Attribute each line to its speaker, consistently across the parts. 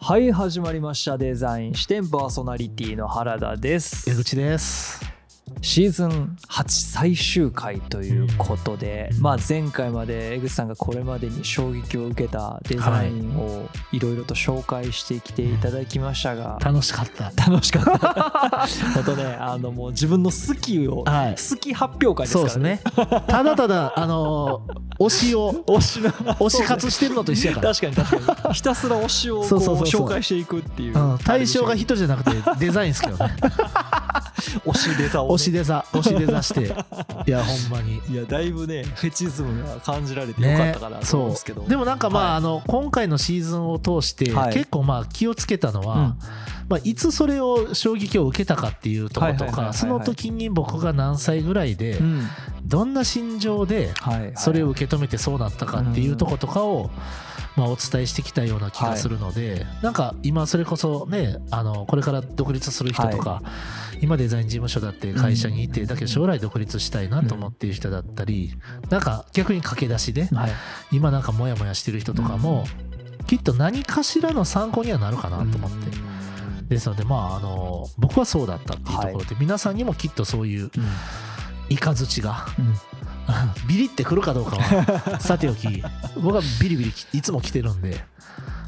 Speaker 1: はい始まりましたデザイン視点パーソナリティの原田です
Speaker 2: 江口です。
Speaker 1: シーズン8最終回ということで、
Speaker 2: うん
Speaker 1: まあ、前回まで江口さんがこれまでに衝撃を受けたデザインをいろいろと紹介してきていただきましたが、
Speaker 2: 楽しかった。
Speaker 1: 楽しかった 本当ねあのもう自分の好きを
Speaker 2: はい。
Speaker 1: 好き発表会です
Speaker 2: そ
Speaker 1: か
Speaker 2: うで
Speaker 1: ら
Speaker 2: す
Speaker 1: ね
Speaker 2: ね。ただただあのー推しを
Speaker 1: 推しの
Speaker 2: 推し活してるのと一緒やから。
Speaker 1: 確かに確かにひたすら推しをこう
Speaker 2: そうそうそうそう
Speaker 1: 紹介していくっていう、
Speaker 2: うん、対象が
Speaker 1: 推
Speaker 2: 人じゃなくてデザインですけど ね
Speaker 1: しデザをね
Speaker 2: 推しデザ推しデザしていやほんまに
Speaker 1: いやだいぶねフェチズムが感じられてよか
Speaker 2: ね
Speaker 1: ったかなと思うん
Speaker 2: そ
Speaker 1: ですけど、
Speaker 2: うでもなんかまあ,、
Speaker 1: はい
Speaker 2: あの今回のシーズンを通して、
Speaker 1: はい
Speaker 2: 結構まあ気をつけたのは、
Speaker 1: うん
Speaker 2: まあ、いつそれを衝撃を受けたかっていうところと
Speaker 1: はいはいはいはいは
Speaker 2: か
Speaker 1: い
Speaker 2: その時に僕が何歳ぐらいで、
Speaker 1: うん
Speaker 2: どんな心情で、
Speaker 1: はいはい、
Speaker 2: それを受け止めてそうなったかっていうとことかを、まあ、お伝えしてきたような気がするので、なんか今それこそねあのこれから独立する人とか、今デザイン事務所だって会社にいて、
Speaker 1: うん
Speaker 2: だけど将来独立したいなと思っている人だったり、なんか逆に駆け出しで
Speaker 1: はい、
Speaker 2: 今なんかモヤモヤしてる人とかも、きっと何かしらの参考にはなるかなと思って。ですので、まあ、あの僕はそうだったっていうところで、皆さんにもきっとそういう
Speaker 1: うん
Speaker 2: 雷が
Speaker 1: うん
Speaker 2: ビリってくるかどうか はさておき僕はビリビリきいつも来てるんで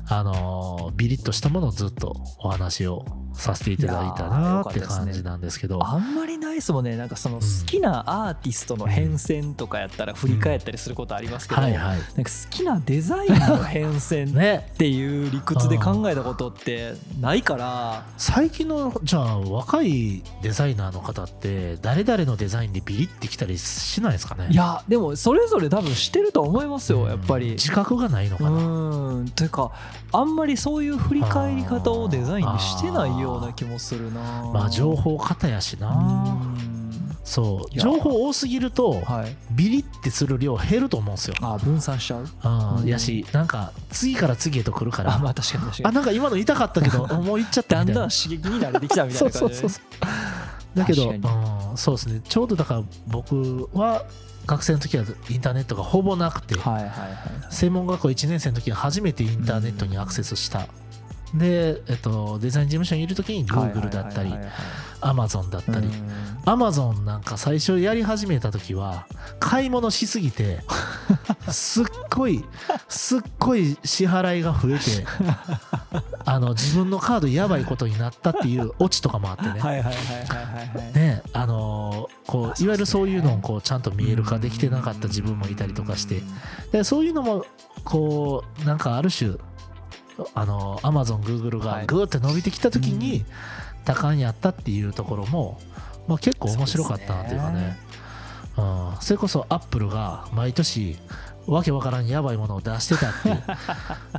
Speaker 2: あのービリッとしたものをずっとお話をさせていただいた
Speaker 1: いやー
Speaker 2: な
Speaker 1: よ
Speaker 2: ー
Speaker 1: かっ
Speaker 2: ったて
Speaker 1: ですね
Speaker 2: 感じなんですけど
Speaker 1: あんまりないですもんねなんかその
Speaker 2: ん
Speaker 1: 好きなアーティストの変遷とかやったら振り返ったりすることありますけど、
Speaker 2: はいは
Speaker 1: な
Speaker 2: い
Speaker 1: んか好きなデザインの変 遷っ
Speaker 2: ね
Speaker 1: ていう理屈で考えたことってないから、
Speaker 2: 最近のじゃあ若いデザイナーの方って誰々のデザインでビリってきたりしないですかね
Speaker 1: いやでもそれぞれ多分してると思います
Speaker 2: う
Speaker 1: よ
Speaker 2: ん
Speaker 1: やっぱり。
Speaker 2: 自覚がないの
Speaker 1: う
Speaker 2: かな、
Speaker 1: ーんというかあんまりそういう振り返り方をデザインにしてないような気もするな
Speaker 2: まあ情報型やしな
Speaker 1: う
Speaker 2: そう
Speaker 1: いや
Speaker 2: 情報多すぎると
Speaker 1: ーんはい
Speaker 2: ビリってする量減ると思うんですよ
Speaker 1: あ分散しちゃう
Speaker 2: あ
Speaker 1: うん
Speaker 2: あやしなんか次から次へと来るから
Speaker 1: あま
Speaker 2: あ
Speaker 1: あ確かに確かに
Speaker 2: なんか今の痛かった けどもう行っちゃった
Speaker 1: だん
Speaker 2: みたい
Speaker 1: だん
Speaker 2: な
Speaker 1: 刺激に慣れてきたみたい
Speaker 2: そ
Speaker 1: な
Speaker 2: うそ
Speaker 1: 感
Speaker 2: う
Speaker 1: じ
Speaker 2: そ
Speaker 1: でね
Speaker 2: うそうだけど、
Speaker 1: 確
Speaker 2: うん、そうですねちょうどだから僕は学生の時はインターネットがほぼなくて
Speaker 1: はいはいはい
Speaker 2: 専門学校1年生の時は初めてインターネットにアクセスしたで、えっと、デザイン事務所にいる時に Google だったり
Speaker 1: はいはいはい
Speaker 2: Amazon だった
Speaker 1: はい
Speaker 2: り
Speaker 1: うーん
Speaker 2: Amazon なんか最初やり始めた時は買い物しすぎてすっごいすっごい支払いが増えてあの自分のカードやばいことになったっていうオチとかもあってね。
Speaker 1: はいはいはいはいはいはい
Speaker 2: ねあのーこういわゆるそういうのをこうちゃんと見える化できてなかった自分もいたりとかしてでそういうのもこうなんかある種あの AmazonGoogle
Speaker 1: は
Speaker 2: が
Speaker 1: い
Speaker 2: グーって伸びてきた時
Speaker 1: う
Speaker 2: に多感やったっていうところも、まあ、結構面白かったなというかねうん、それこそ Apple が毎年わけわからんやばいものを出してた っていう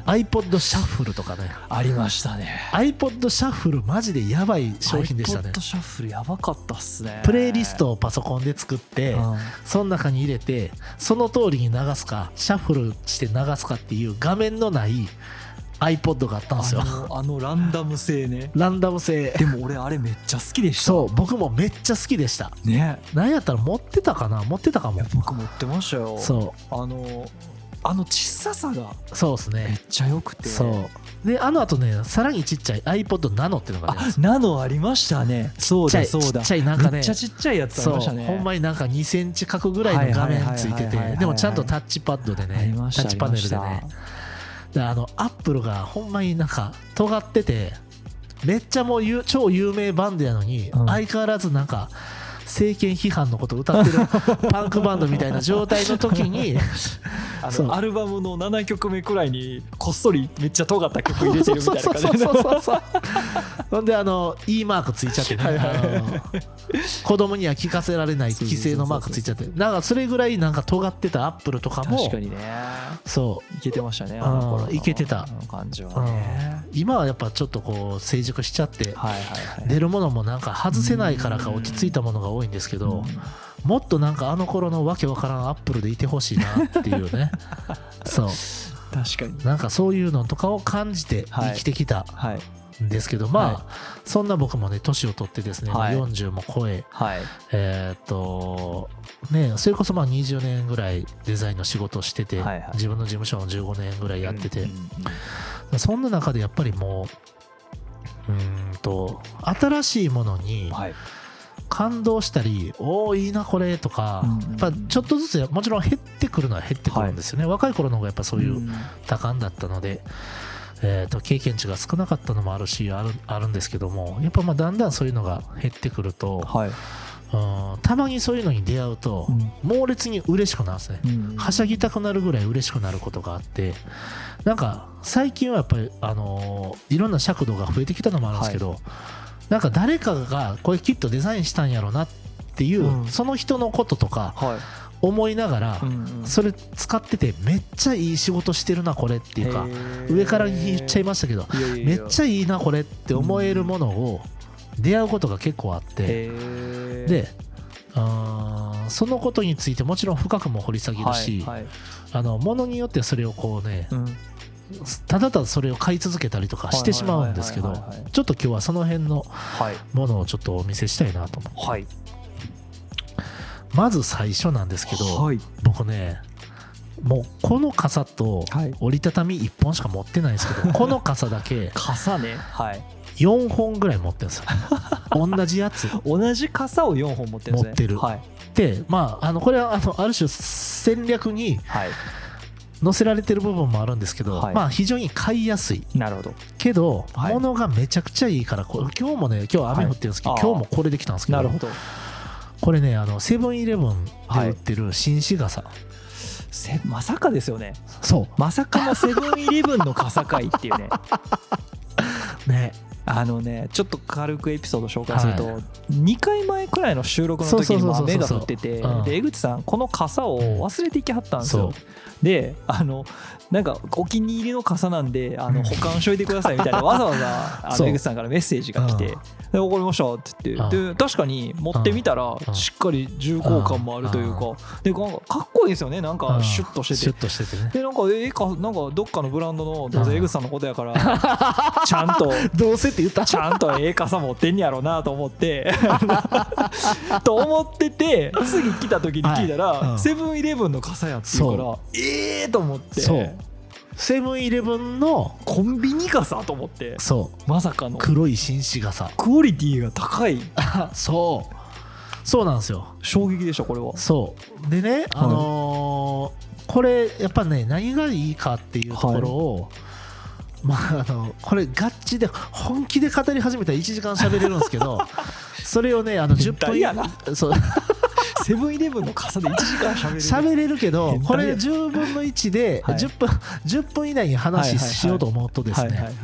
Speaker 2: iPod シャッフルとかね
Speaker 1: ありましたね
Speaker 2: iPod シャッフルマジでやばい商品でしたね
Speaker 1: iPod シャッフルやばかったっすね
Speaker 2: プレイリストをパソコンで作って、
Speaker 1: うん
Speaker 2: その中に入れてその通りに流すかシャッフルして流すかっていう画面のない iPod があったんですよ
Speaker 1: あのあのランダム性ね
Speaker 2: ランダム性
Speaker 1: でも俺あれめっちゃ好きでした
Speaker 2: そう僕もめっちゃ好きでした
Speaker 1: ね
Speaker 2: なんやったら持ってたかな持ってたか
Speaker 1: い
Speaker 2: も
Speaker 1: や僕持ってましたよ
Speaker 2: そ
Speaker 1: あのあの小ささが
Speaker 2: うそうです
Speaker 1: めっ
Speaker 2: ね
Speaker 1: ちゃ良くて
Speaker 2: そうであのあとねさらにちっちゃい iPod ナノっていうのがあるん
Speaker 1: あ
Speaker 2: ですよ
Speaker 1: ナノありましたねそう
Speaker 2: ちっちゃ
Speaker 1: だ
Speaker 2: い
Speaker 1: そう
Speaker 2: ち
Speaker 1: だ
Speaker 2: っちゃいなんか
Speaker 1: め
Speaker 2: ね
Speaker 1: っちゃちっちゃいやつあり
Speaker 2: そう
Speaker 1: ましたね
Speaker 2: ほんまになんか2センチ角ぐらいの画面ついて
Speaker 1: はいはいはいはいはいはいは
Speaker 2: て
Speaker 1: い
Speaker 2: でもちゃんとタッチパッドで
Speaker 1: あり
Speaker 2: ね
Speaker 1: まし
Speaker 2: タ
Speaker 1: た
Speaker 2: ッチパネルで
Speaker 1: あり
Speaker 2: ね
Speaker 1: まし
Speaker 2: であのアップルがほんまになんか尖っててめっちゃもうゆ超有名バンドやのに、
Speaker 1: うん
Speaker 2: 相変わらずなんか政権批判のこと 歌ってるパンクバンドみたいな状態の時に
Speaker 1: たあ
Speaker 2: そう
Speaker 1: のアルバムの7曲目くらいにこっそりめっちゃ尖った曲入れてるみたいな感じ
Speaker 2: そうそうそう
Speaker 1: で
Speaker 2: そうそう ほんであの E マークついちゃってね、
Speaker 1: はいはいはい
Speaker 2: あの子供には聞かせられない規制のマークついちゃってなんかそれぐらいなんか尖ってたアップルとかも
Speaker 1: 確かにね
Speaker 2: そう
Speaker 1: いけてましたね
Speaker 2: うん
Speaker 1: あの頃の
Speaker 2: いけてた
Speaker 1: あの感じはね
Speaker 2: 今はやっぱちょっとこう成熟しちゃって
Speaker 1: はいはいはい
Speaker 2: 出るものもなんか外せないからか落ち着いたものが多いんですけど、もっとなんかあの頃のわけわからんアップルでいてほしいなっていう ねそう
Speaker 1: 確かに
Speaker 2: なんかそういうのとかを感じて
Speaker 1: はい
Speaker 2: 生きてきた
Speaker 1: はい
Speaker 2: んですけど、まあ、そんな僕もね、年を取ってですね、もう
Speaker 1: はい
Speaker 2: 40も超え、
Speaker 1: はい
Speaker 2: えーっと、ね、それこそまあ20年ぐらいデザインの仕事をしてて、
Speaker 1: はいはい
Speaker 2: 自分の事務所も15年ぐらいやってて、
Speaker 1: うんうんうん
Speaker 2: そんな中でやっぱりもう、うーんと、新しいものに
Speaker 1: はい
Speaker 2: 感動したり、おお、いいな、これとか、
Speaker 1: うんうんうん
Speaker 2: やっぱちょっとずつ、もちろん減ってくるのは減ってくるんですよね。若い頃の方がやっぱそういう多感だったので、えー、と経験値が少なかったのもあるしあるあるんですけどもやっぱまあだんだんそういうのが減ってくると
Speaker 1: はい、
Speaker 2: うんたまにそういうのに出会うと、猛烈に嬉しくなるんですね。
Speaker 1: うん
Speaker 2: はしゃぎたくなるぐらい嬉しくなることがあってなんか最近はやっぱり、あのーいろんな尺度が増えてきたのもあるんですけど、なんか誰かがこれきっとデザインしたんやろなっていう、
Speaker 1: うん
Speaker 2: その人のこととか
Speaker 1: は
Speaker 2: 思いながら
Speaker 1: い、、ん
Speaker 2: それ使っててめっちゃいい仕事してるなこれっていうか上から言っちゃいましたけど
Speaker 1: すいやいやい
Speaker 2: め
Speaker 1: や
Speaker 2: っちゃいいなこれって思えるものを出会うことが結構あって
Speaker 1: へー
Speaker 2: であーそのことについてもちろん深くも掘り下げるし、
Speaker 1: はいはい
Speaker 2: あのものによってはそれをこうね
Speaker 1: うん
Speaker 2: ただただそれを買い続けたりとかしてしまうんですけど
Speaker 1: はいはいはいはいはい
Speaker 2: ちょっと今日はその辺の
Speaker 1: はい
Speaker 2: ものをちょっとお見せしたいなと思う
Speaker 1: はい
Speaker 2: まず最初なんですけど、
Speaker 1: はい
Speaker 2: 僕ねもうこの傘と
Speaker 1: はい
Speaker 2: 折りたたみ1本しか持ってないんですけ ど、この傘だけ
Speaker 1: 傘ねはい
Speaker 2: 4本ぐらい持ってるんですよ同じやつ
Speaker 1: 同じ傘を4本持ってるんですね
Speaker 2: 持ってる
Speaker 1: はい
Speaker 2: でまああのこれはあのある種戦略に
Speaker 1: は
Speaker 2: 載せられてる部分もあるんですけど、
Speaker 1: はい
Speaker 2: まあ非常に買いやすい
Speaker 1: いなるほど
Speaker 2: けど、
Speaker 1: はい
Speaker 2: 物がめちゃくちゃいいからこれ今日もね今日雨降ってるんですけど、
Speaker 1: はいあー
Speaker 2: 今日もこれできたんですけど
Speaker 1: なるほど
Speaker 2: これねあのセブンイレブンで売ってる紳士傘、
Speaker 1: せまさかですよね
Speaker 2: そ
Speaker 1: まさかのセブンイレブンの傘会っていうね
Speaker 2: うね
Speaker 1: あのねちょっと軽くエピソード紹介すると、
Speaker 2: は
Speaker 1: 2回前くらいの収録の時にも
Speaker 2: そうそうそうそう
Speaker 1: 雨が降ってて
Speaker 2: うん
Speaker 1: で江口さんこの傘を忘れていきはったんです
Speaker 2: そ
Speaker 1: よ
Speaker 2: う、
Speaker 1: であのなんかお気に入りの傘なんであ
Speaker 2: うん
Speaker 1: の保管しといてくださいみ たいなわざわざあ
Speaker 2: そ
Speaker 1: の
Speaker 2: う
Speaker 1: 江口さんからメッセージが来て
Speaker 2: うん
Speaker 1: 「でわかりました」って言って
Speaker 2: う
Speaker 1: で確かに持ってみたら
Speaker 2: ん
Speaker 1: しっかり重厚感もあるという
Speaker 2: う
Speaker 1: かでなんかかっこいいですよねなん
Speaker 2: う
Speaker 1: か
Speaker 2: ん
Speaker 1: シュッとして
Speaker 2: シュ
Speaker 1: て
Speaker 2: ッとしててね
Speaker 1: でなんかええかなんかどっかのブランドのどう
Speaker 2: う
Speaker 1: せ
Speaker 2: ん
Speaker 1: 江口さんのことやからちゃんと
Speaker 2: どうせって言った
Speaker 1: ちゃんとええ傘持ってんやろうなと思って と思ってて次来た時に聞いた
Speaker 2: はいうん
Speaker 1: らセブンイレブンの傘やっていうか
Speaker 2: そ
Speaker 1: らええと思って
Speaker 2: そうセブンイレブンの
Speaker 1: コンビニ傘と思って
Speaker 2: そう
Speaker 1: まさかのク
Speaker 2: 黒い紳 士傘
Speaker 1: オリティが高い
Speaker 2: そうそうなんですよ
Speaker 1: 衝撃でしたこ れは
Speaker 2: そうでね、あのーこれやっぱね何がいいかっていうところを、まああのこれガチで本気で語り始めたら1時間喋れるんですけ どそれをねあの10
Speaker 1: 変態やな
Speaker 2: 分そう
Speaker 1: セブンイレブンの傘で1時間しゃべる
Speaker 2: 喋れるけど
Speaker 1: 変態や
Speaker 2: これ10分の1で
Speaker 1: はい
Speaker 2: 10分 ,10 分以内に話ししようと思うと です
Speaker 1: はいはいは
Speaker 2: ね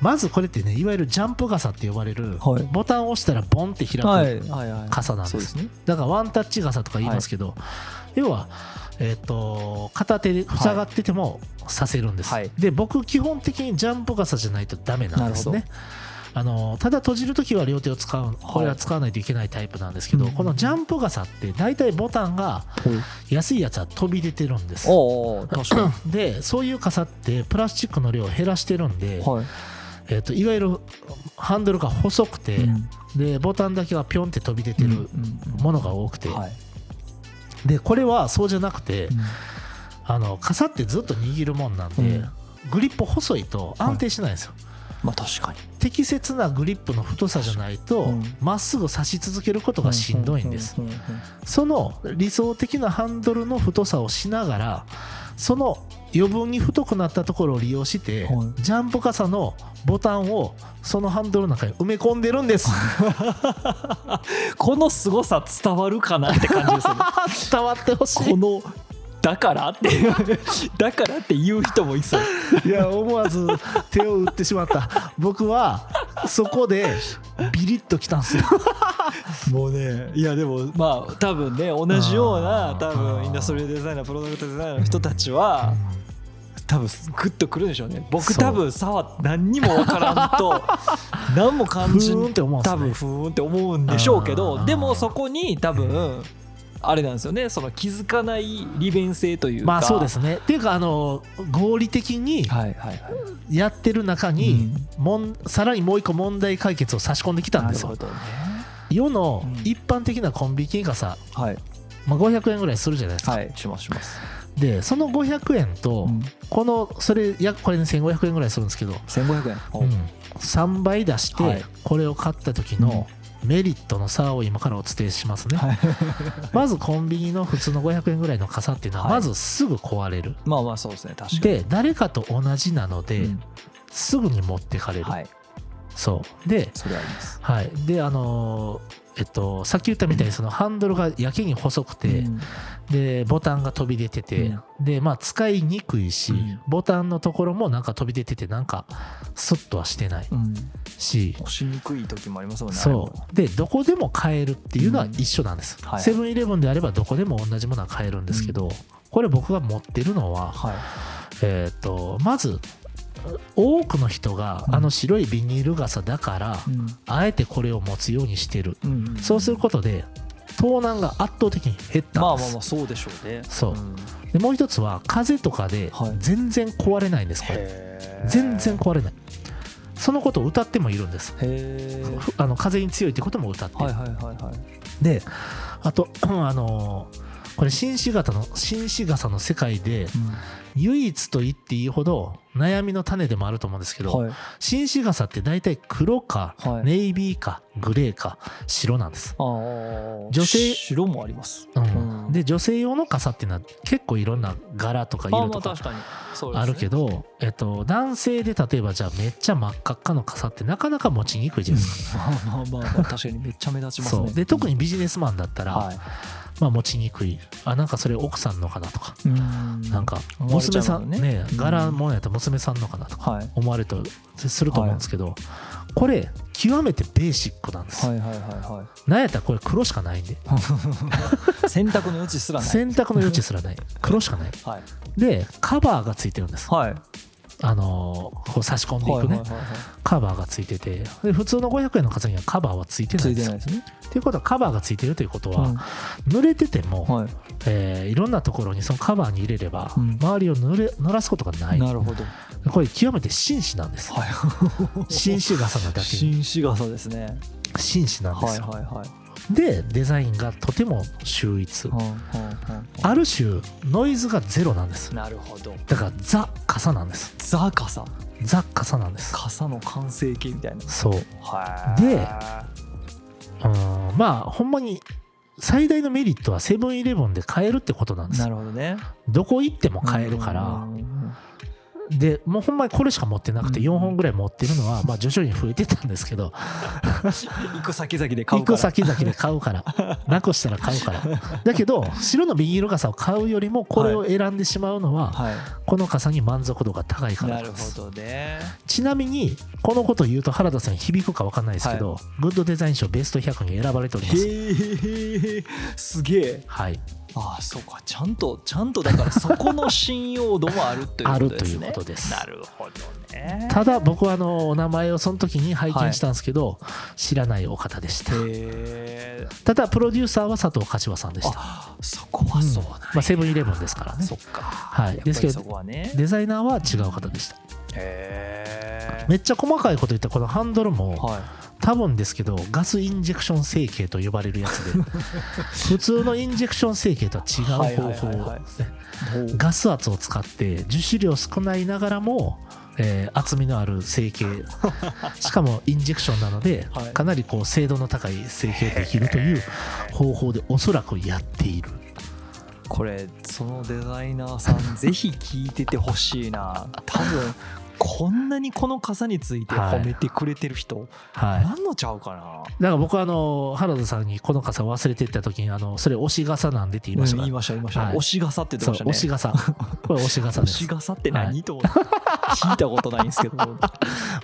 Speaker 2: まずこれってねいわゆるジャンプ傘って呼ばれる
Speaker 1: はい
Speaker 2: ボタンを押したらボンって開く、
Speaker 1: いはいはい
Speaker 2: 傘なんです
Speaker 1: そうですね
Speaker 2: だからワンタッチ傘とか言いますけど、要は、えー、と片手で塞がっててもさせるんです、
Speaker 1: はい
Speaker 2: で僕基本的にジャンプ傘じゃないとダメなんです
Speaker 1: な
Speaker 2: ねあのただ閉じるときは両手を使うこれは使わないといけないタイプなんですけど、
Speaker 1: うん
Speaker 2: このジャンプ傘って大体ボタンが安いやつは飛び出てるんです
Speaker 1: おうおう確か
Speaker 2: でそういう傘ってプラスチックの量を減らしてるんで、
Speaker 1: にはい
Speaker 2: えー、といわゆるハンドルが細くて、
Speaker 1: うん
Speaker 2: でボタンだけがピョンって飛び出て
Speaker 1: うん
Speaker 2: る
Speaker 1: うん
Speaker 2: ものが多くて、
Speaker 1: はい
Speaker 2: でこれはそうじゃなくて、
Speaker 1: うん
Speaker 2: あの傘ってずっと握るもんなんで、
Speaker 1: うん
Speaker 2: グリップ細いと安定しないんですよ、
Speaker 1: まあ確かに
Speaker 2: 適切なグリップの太さじゃないと
Speaker 1: うん
Speaker 2: ま、っすぐ差し続けることがしんどいんです、
Speaker 1: ううううん
Speaker 2: その理想的なハンドルの太さをしながらその余分に太くなったところを利用して、
Speaker 1: はい
Speaker 2: ジャンプ傘のボタンをそのハンドルの中に埋め込んでるんです
Speaker 1: この凄さ伝わるかなって感じですよね
Speaker 2: 伝わってほし
Speaker 1: このだからって いうだからって言う人もいそう
Speaker 2: いや思わず手を打ってしまった僕はそこでビリッときたんですよ
Speaker 1: もうねいやでもまあ多分ね同じよう
Speaker 2: あ
Speaker 1: な
Speaker 2: ー
Speaker 1: 多
Speaker 2: あ
Speaker 1: 分
Speaker 2: ー
Speaker 1: インダストリアルデザイナープロダクトデザイナーの人たちは多分グッとくるんでしょうね僕
Speaker 2: そう
Speaker 1: 多分差は何にも分からん と何も感じ
Speaker 2: ふーんって思うんすね
Speaker 1: 多分ふーんって思うんでしょうけ
Speaker 2: あー
Speaker 1: どでもそこに多分あれなんですよねその気づかない利便性というか
Speaker 2: まあそうですねっていうかあの合理的に
Speaker 1: はいはいはい
Speaker 2: やってる中に、もんさらにもう一個問題解決を差し込んできたん
Speaker 1: な
Speaker 2: で
Speaker 1: る
Speaker 2: す
Speaker 1: ほ
Speaker 2: よ
Speaker 1: どね
Speaker 2: 世の
Speaker 1: うん
Speaker 2: 一般的なコンビニがさ、
Speaker 1: はい
Speaker 2: まあ、500円ぐらいするじゃないですか、
Speaker 1: はいしますします、
Speaker 2: でその500円と、
Speaker 1: うん、
Speaker 2: このそれやこれね1500円ぐらいするんですけど、
Speaker 1: 1500円お
Speaker 2: うん、3倍出して、
Speaker 1: はい
Speaker 2: これを買った時のメリットの差を今からお伝えしますね、
Speaker 1: はい
Speaker 2: まずコンビニの普通の500円ぐらいの傘っていうのは
Speaker 1: はい
Speaker 2: まずすぐ壊れる、
Speaker 1: まあまあそうですね確かに
Speaker 2: で誰かと同じなので、
Speaker 1: うん
Speaker 2: すぐに持ってかれる、
Speaker 1: はい
Speaker 2: そうで
Speaker 1: それはあります
Speaker 2: はいであのーえっとさっき言ったみたいにそのハンドルがやけに細くて、
Speaker 1: うん
Speaker 2: でボタンが飛び出てて、でまあ使いにくいし、
Speaker 1: うん
Speaker 2: ボタンのところもなんか飛び出ててなんかスッとはしてない
Speaker 1: うん、
Speaker 2: し、
Speaker 1: 押しにくい時もありますもんね
Speaker 2: そうでどこでも買えるっていうのは
Speaker 1: うん
Speaker 2: 一緒なんです、
Speaker 1: はい
Speaker 2: セブンイレブンであればどこでも同じものは買えるんですけど、これ僕が持ってるのは、
Speaker 1: あれは
Speaker 2: えーっとまず多くの人が
Speaker 1: うん
Speaker 2: あの白いビニール傘だから、
Speaker 1: はい、うん
Speaker 2: あえてこれを持つようにしてる
Speaker 1: うんうん
Speaker 2: そうすることで盗難が圧倒的に減ったんです、
Speaker 1: まあまあまあそうでしょうね
Speaker 2: そうんでもう一つは風とかで
Speaker 1: はい
Speaker 2: 全然壊れないんですこれ
Speaker 1: へー
Speaker 2: 全然壊れないそのことを歌ってもいるんです
Speaker 1: へー
Speaker 2: ふあの風に強いってことも歌ってる、
Speaker 1: はいはいはいはい
Speaker 2: であと あのーこれ紳士型の紳士傘の世界で唯一と言っていいほど悩みの種でもあると思うんですけど、
Speaker 1: はい
Speaker 2: 紳士傘って大体黒か
Speaker 1: はい
Speaker 2: ネイビーかグレーか白なんです、
Speaker 1: あー
Speaker 2: 女性
Speaker 1: 白もあります
Speaker 2: うん
Speaker 1: うん
Speaker 2: で女性用の傘っていうのは結構いろんな柄とか
Speaker 1: まあ
Speaker 2: 色
Speaker 1: ま
Speaker 2: と
Speaker 1: あ
Speaker 2: か
Speaker 1: 確かにそうです
Speaker 2: あ
Speaker 1: ね
Speaker 2: るけど、えっと、男性で例えばじゃあめっちゃ真っ赤っかの傘ってなかなか持ちにくいじゃないですか。
Speaker 1: まあまあまあまあ確かにめっちゃ目立ちます
Speaker 2: そ
Speaker 1: ね
Speaker 2: うで特にビジネスマンだったら、
Speaker 1: は
Speaker 2: まあ、持ちにくいあなんかそれ奥さんのかなとか、
Speaker 1: い
Speaker 2: なんか
Speaker 1: 思われちゃ
Speaker 2: 娘
Speaker 1: う
Speaker 2: さ
Speaker 1: も
Speaker 2: ん
Speaker 1: んね
Speaker 2: ね
Speaker 1: うん
Speaker 2: 柄もんやったら娘さんのかなとか
Speaker 1: はい
Speaker 2: 思われたりすると思うんですけど、これ極めてベーシックなんです、
Speaker 1: はいはいはいは
Speaker 2: なんやったらこれ黒しかないんで
Speaker 1: い選択の余地すらない
Speaker 2: 洗濯の余地すらない黒しかない
Speaker 1: はい
Speaker 2: でカバーがついてるんです、
Speaker 1: はい
Speaker 2: あのーこう差し込んでいくね、
Speaker 1: はいはいはいは
Speaker 2: カバーがついててで普通の500円の傘にはカバーはついて
Speaker 1: い
Speaker 2: な
Speaker 1: つ
Speaker 2: いん
Speaker 1: い
Speaker 2: で
Speaker 1: て
Speaker 2: す
Speaker 1: ない
Speaker 2: よ
Speaker 1: ですね
Speaker 2: っていうことはカバーがついてるということは、
Speaker 1: うん
Speaker 2: 濡れてても、
Speaker 1: はい
Speaker 2: えーいろんなところにそのカバーに入れれば、
Speaker 1: うん
Speaker 2: 周りを濡れ濡らすことがないい
Speaker 1: なるほど
Speaker 2: これ極めて紳士なんです
Speaker 1: は
Speaker 2: 紳士傘なだ
Speaker 1: い
Speaker 2: けに
Speaker 1: 紳士傘ですね
Speaker 2: 紳士なんで
Speaker 1: はい
Speaker 2: すよ、
Speaker 1: はいはい
Speaker 2: でデザインがとても秀逸、
Speaker 1: うんうんうん
Speaker 2: ある種ノイズがゼロなんです
Speaker 1: なるほど
Speaker 2: だからザ傘なんです
Speaker 1: ザ傘
Speaker 2: ザ傘なんです
Speaker 1: 傘の完成形みたいな
Speaker 2: そうう
Speaker 1: は
Speaker 2: で
Speaker 1: は
Speaker 2: ーんまあほんまに最大のメリットはセブンイレブンで買えるってことなんです
Speaker 1: なるほどね
Speaker 2: どこ行っても買えるから、
Speaker 1: うんうん
Speaker 2: でもうほんまにこれしか持ってなくて
Speaker 1: うん
Speaker 2: 4本ぐらい持ってるのはまあ徐々に増えてたんですけど
Speaker 1: 行く先々で買
Speaker 2: 行
Speaker 1: うか
Speaker 2: く
Speaker 1: ら
Speaker 2: 先々で買うから なくしたら買うからだけど白のビニール傘を買うよりもこれを選んでしまうのは
Speaker 1: は
Speaker 2: この傘に満足度が高い
Speaker 1: い
Speaker 2: から
Speaker 1: な
Speaker 2: な
Speaker 1: る
Speaker 2: んで
Speaker 1: ほ
Speaker 2: す
Speaker 1: どね
Speaker 2: ちなみにこのことを言うと原田さんに響くか分かんないですけどグッドデザイン賞ベスト100に選ばれております
Speaker 1: へえすげえ
Speaker 2: はい
Speaker 1: ああそうかちゃんとちゃんとだからそこの信用度もあるということですね
Speaker 2: あるということです
Speaker 1: なるほどね
Speaker 2: ただ僕はあのお名前をその時に拝見したんですけど知らないお方でした
Speaker 1: へえ
Speaker 2: ただプロデューサーは佐藤柏さんでした
Speaker 1: そこはそうなんや
Speaker 2: まあ、セブンイレブンですからね
Speaker 1: そっか
Speaker 2: はい
Speaker 1: やっぱり
Speaker 2: ですけど
Speaker 1: そこはね
Speaker 2: デザイナーは違う方でした
Speaker 1: へ
Speaker 2: めっちゃ細かいこと言ったらこのハンドル
Speaker 1: え
Speaker 2: も
Speaker 1: はい
Speaker 2: 多分ですけどガスインジェクション成形と呼ばれるやつ で普通のインジェクション成形とは違う方法
Speaker 1: はいはいはいはい
Speaker 2: ですねガス圧を使って樹脂量少ないながらも、えー厚みのある 成形しかもインジェクションなので、
Speaker 1: はい
Speaker 2: かなりこう精度の高い成形できるという方法でおそらくやっている
Speaker 1: これそのデザイナーさんぜひ聞いててほしい な多分こんなにこの傘について
Speaker 2: はい
Speaker 1: 褒めてくれてる人、
Speaker 2: はい
Speaker 1: なんのちゃうかな
Speaker 2: だから僕はあの原田さんにこの傘忘れてった時にあのそれ押し傘なんでって言いまし
Speaker 1: う
Speaker 2: た
Speaker 1: ん
Speaker 2: か
Speaker 1: 言い
Speaker 2: ら、
Speaker 1: ました言いました、
Speaker 2: はい
Speaker 1: 押し傘って言って
Speaker 2: そう
Speaker 1: ましたね
Speaker 2: 押し傘これ押し傘で
Speaker 1: 押し
Speaker 2: す
Speaker 1: 傘って何、と思って聞いたことないんですけど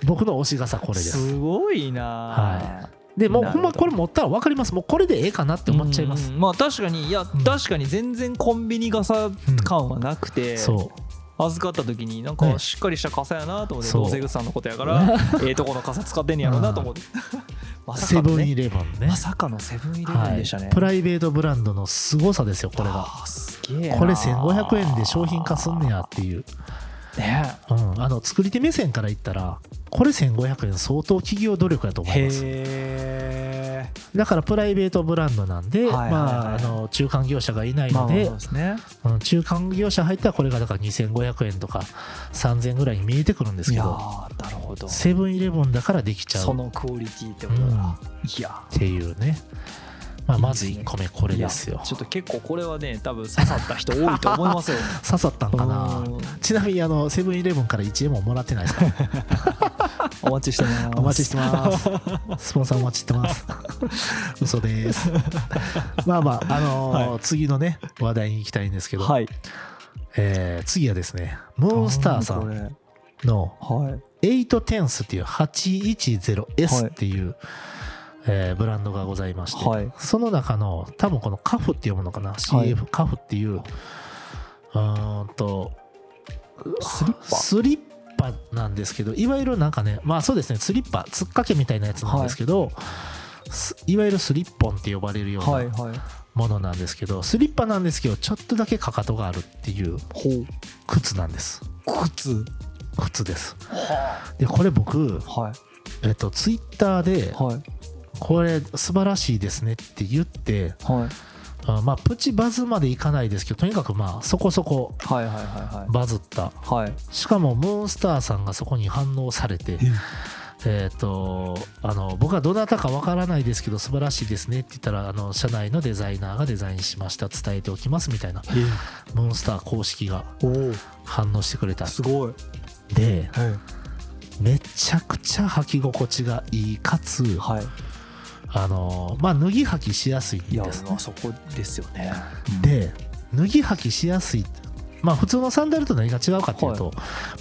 Speaker 2: 僕の押し傘これです
Speaker 1: すごいな、っ
Speaker 2: でもう
Speaker 1: なる
Speaker 2: ほ
Speaker 1: ほ
Speaker 2: ん
Speaker 1: ど
Speaker 2: まこれ持ったら分かりますもうこれでええかなって思っちゃいます、
Speaker 1: まあ確かにいや、
Speaker 2: ん
Speaker 1: 確かに全然コンビニ傘感はなくて、
Speaker 2: そ
Speaker 1: 預かった時になん
Speaker 2: ね
Speaker 1: かしっかりした傘やなと思って、
Speaker 2: そう
Speaker 1: どうせグッさんのことやからええとこの傘使ってんねやろうなと思って
Speaker 2: う
Speaker 1: まさ
Speaker 2: セ
Speaker 1: かの
Speaker 2: ブン
Speaker 1: ね
Speaker 2: イレブンね
Speaker 1: まさかのセブンイレブ
Speaker 2: は
Speaker 1: ン
Speaker 2: い
Speaker 1: でしたね、
Speaker 2: プライベートブランドの凄さですよこれが
Speaker 1: あーすげえな
Speaker 2: これ1500円で商品化すんねやっていう、
Speaker 1: ね
Speaker 2: うん、あの作り手目線から言ったらこれ1500円相当企業努力だと思います
Speaker 1: へ
Speaker 2: だからプライベートブランドなんで、
Speaker 1: はいはいはい
Speaker 2: まあ、あの中間業者がいない
Speaker 1: えま
Speaker 2: の
Speaker 1: あまあ
Speaker 2: で、
Speaker 1: そうですね
Speaker 2: うん中間業者入ったらこれがだから2500円とか3000円ぐらいに見えてくるんです
Speaker 1: い
Speaker 2: け
Speaker 1: や
Speaker 2: ど
Speaker 1: ーなるほど
Speaker 2: セブンイレブンだからできちゃう
Speaker 1: そ
Speaker 2: っ
Speaker 1: のクオリティってことだ、
Speaker 2: うん
Speaker 1: いや
Speaker 2: ていうね、まあ、まず
Speaker 1: いいです
Speaker 2: 1
Speaker 1: ね
Speaker 2: 個目これですよ
Speaker 1: ちょっと結構これはね多分刺さった人多いと思いますよ
Speaker 2: 刺さったん かな
Speaker 1: うん
Speaker 2: ちなみにあのセブンイレブンから1円ももらってないで すから
Speaker 1: お待ちしてます
Speaker 2: お待ちしてますスポンサーお待ちして ます嘘ですまあまああのー次のね話題に行きたいんですけど、
Speaker 1: はい
Speaker 2: えー次はですねモンスターさん
Speaker 1: ん
Speaker 2: の
Speaker 1: はい
Speaker 2: 8テンスっていう 810S っていう、えーブランドがございまして、
Speaker 1: はい
Speaker 2: その中の多分このカフって読むのかな、CF カフっていううーんと
Speaker 1: スリッパ
Speaker 2: スリッパなんですけどいわゆるなんかねまあそうですねスリッパつっかけみたいなやつなんですけど、すいわゆるスリッポンって呼ばれるよう
Speaker 1: はい
Speaker 2: な
Speaker 1: はい
Speaker 2: ものなんですけど、スリッパなんですけどちょっとだけかかとがあるっていう
Speaker 1: ほう
Speaker 2: 靴なんです
Speaker 1: 靴
Speaker 2: 靴です
Speaker 1: は
Speaker 2: でこれ僕
Speaker 1: あはい
Speaker 2: えっとツイッターで
Speaker 1: はい
Speaker 2: これ素晴らしいですねって言って
Speaker 1: はい
Speaker 2: あまあプチバズまでいかないですけどとにかくまあそこそこ
Speaker 1: はいはいはい
Speaker 2: バズった
Speaker 1: はいはい
Speaker 2: しかもムーンスターさんがそこに反応されてえっ、とあの僕はどなたかわからないですけど素晴らしいですねって言ったらあの社内のデザイナーがデザインしました伝えておきますみたいなムーンスター公式が
Speaker 1: お
Speaker 2: 反応してくれた
Speaker 1: おすごい
Speaker 2: で
Speaker 1: はい
Speaker 2: めちゃくちゃ履き心地がいいかつ
Speaker 1: はい
Speaker 2: あのまあ脱ぎ履きしやすいん
Speaker 1: いや
Speaker 2: ですね
Speaker 1: まあそこですよね
Speaker 2: で脱ぎ履きしやすいまあ普通のサンダルと何が違うかっていうと、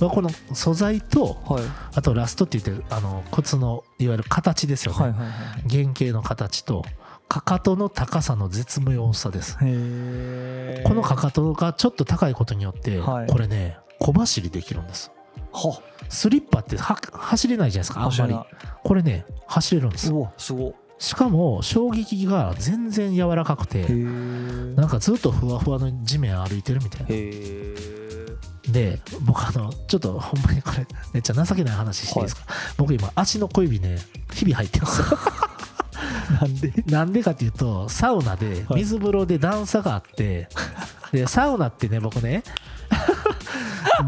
Speaker 2: まあ、この素材と
Speaker 1: はい
Speaker 2: あとラストって言ってあの靴のいわゆる形ですよね、
Speaker 1: はいはいはい
Speaker 2: 原型の形とかかとの高さの絶妙さです、
Speaker 1: へえ
Speaker 2: このかかとがちょっと高いことによって、
Speaker 1: はい
Speaker 2: これね小走りできるんです
Speaker 1: は
Speaker 2: スリッパっては走れないじゃないですかあんまりこれね走れるんです
Speaker 1: おすごい
Speaker 2: しかも衝撃が全然柔らかくて
Speaker 1: へえ
Speaker 2: なんかずっとふわふわの地面歩いてるみたいな
Speaker 1: へ
Speaker 2: で僕あのちょっとほんまにこれめっちゃ情けない話していいですか、僕今足の小指ね日々入ってますよ
Speaker 1: えなんで
Speaker 2: なんでかっていうとサウナで
Speaker 1: はい
Speaker 2: 水風呂で段差が あって、でサウナってね僕ね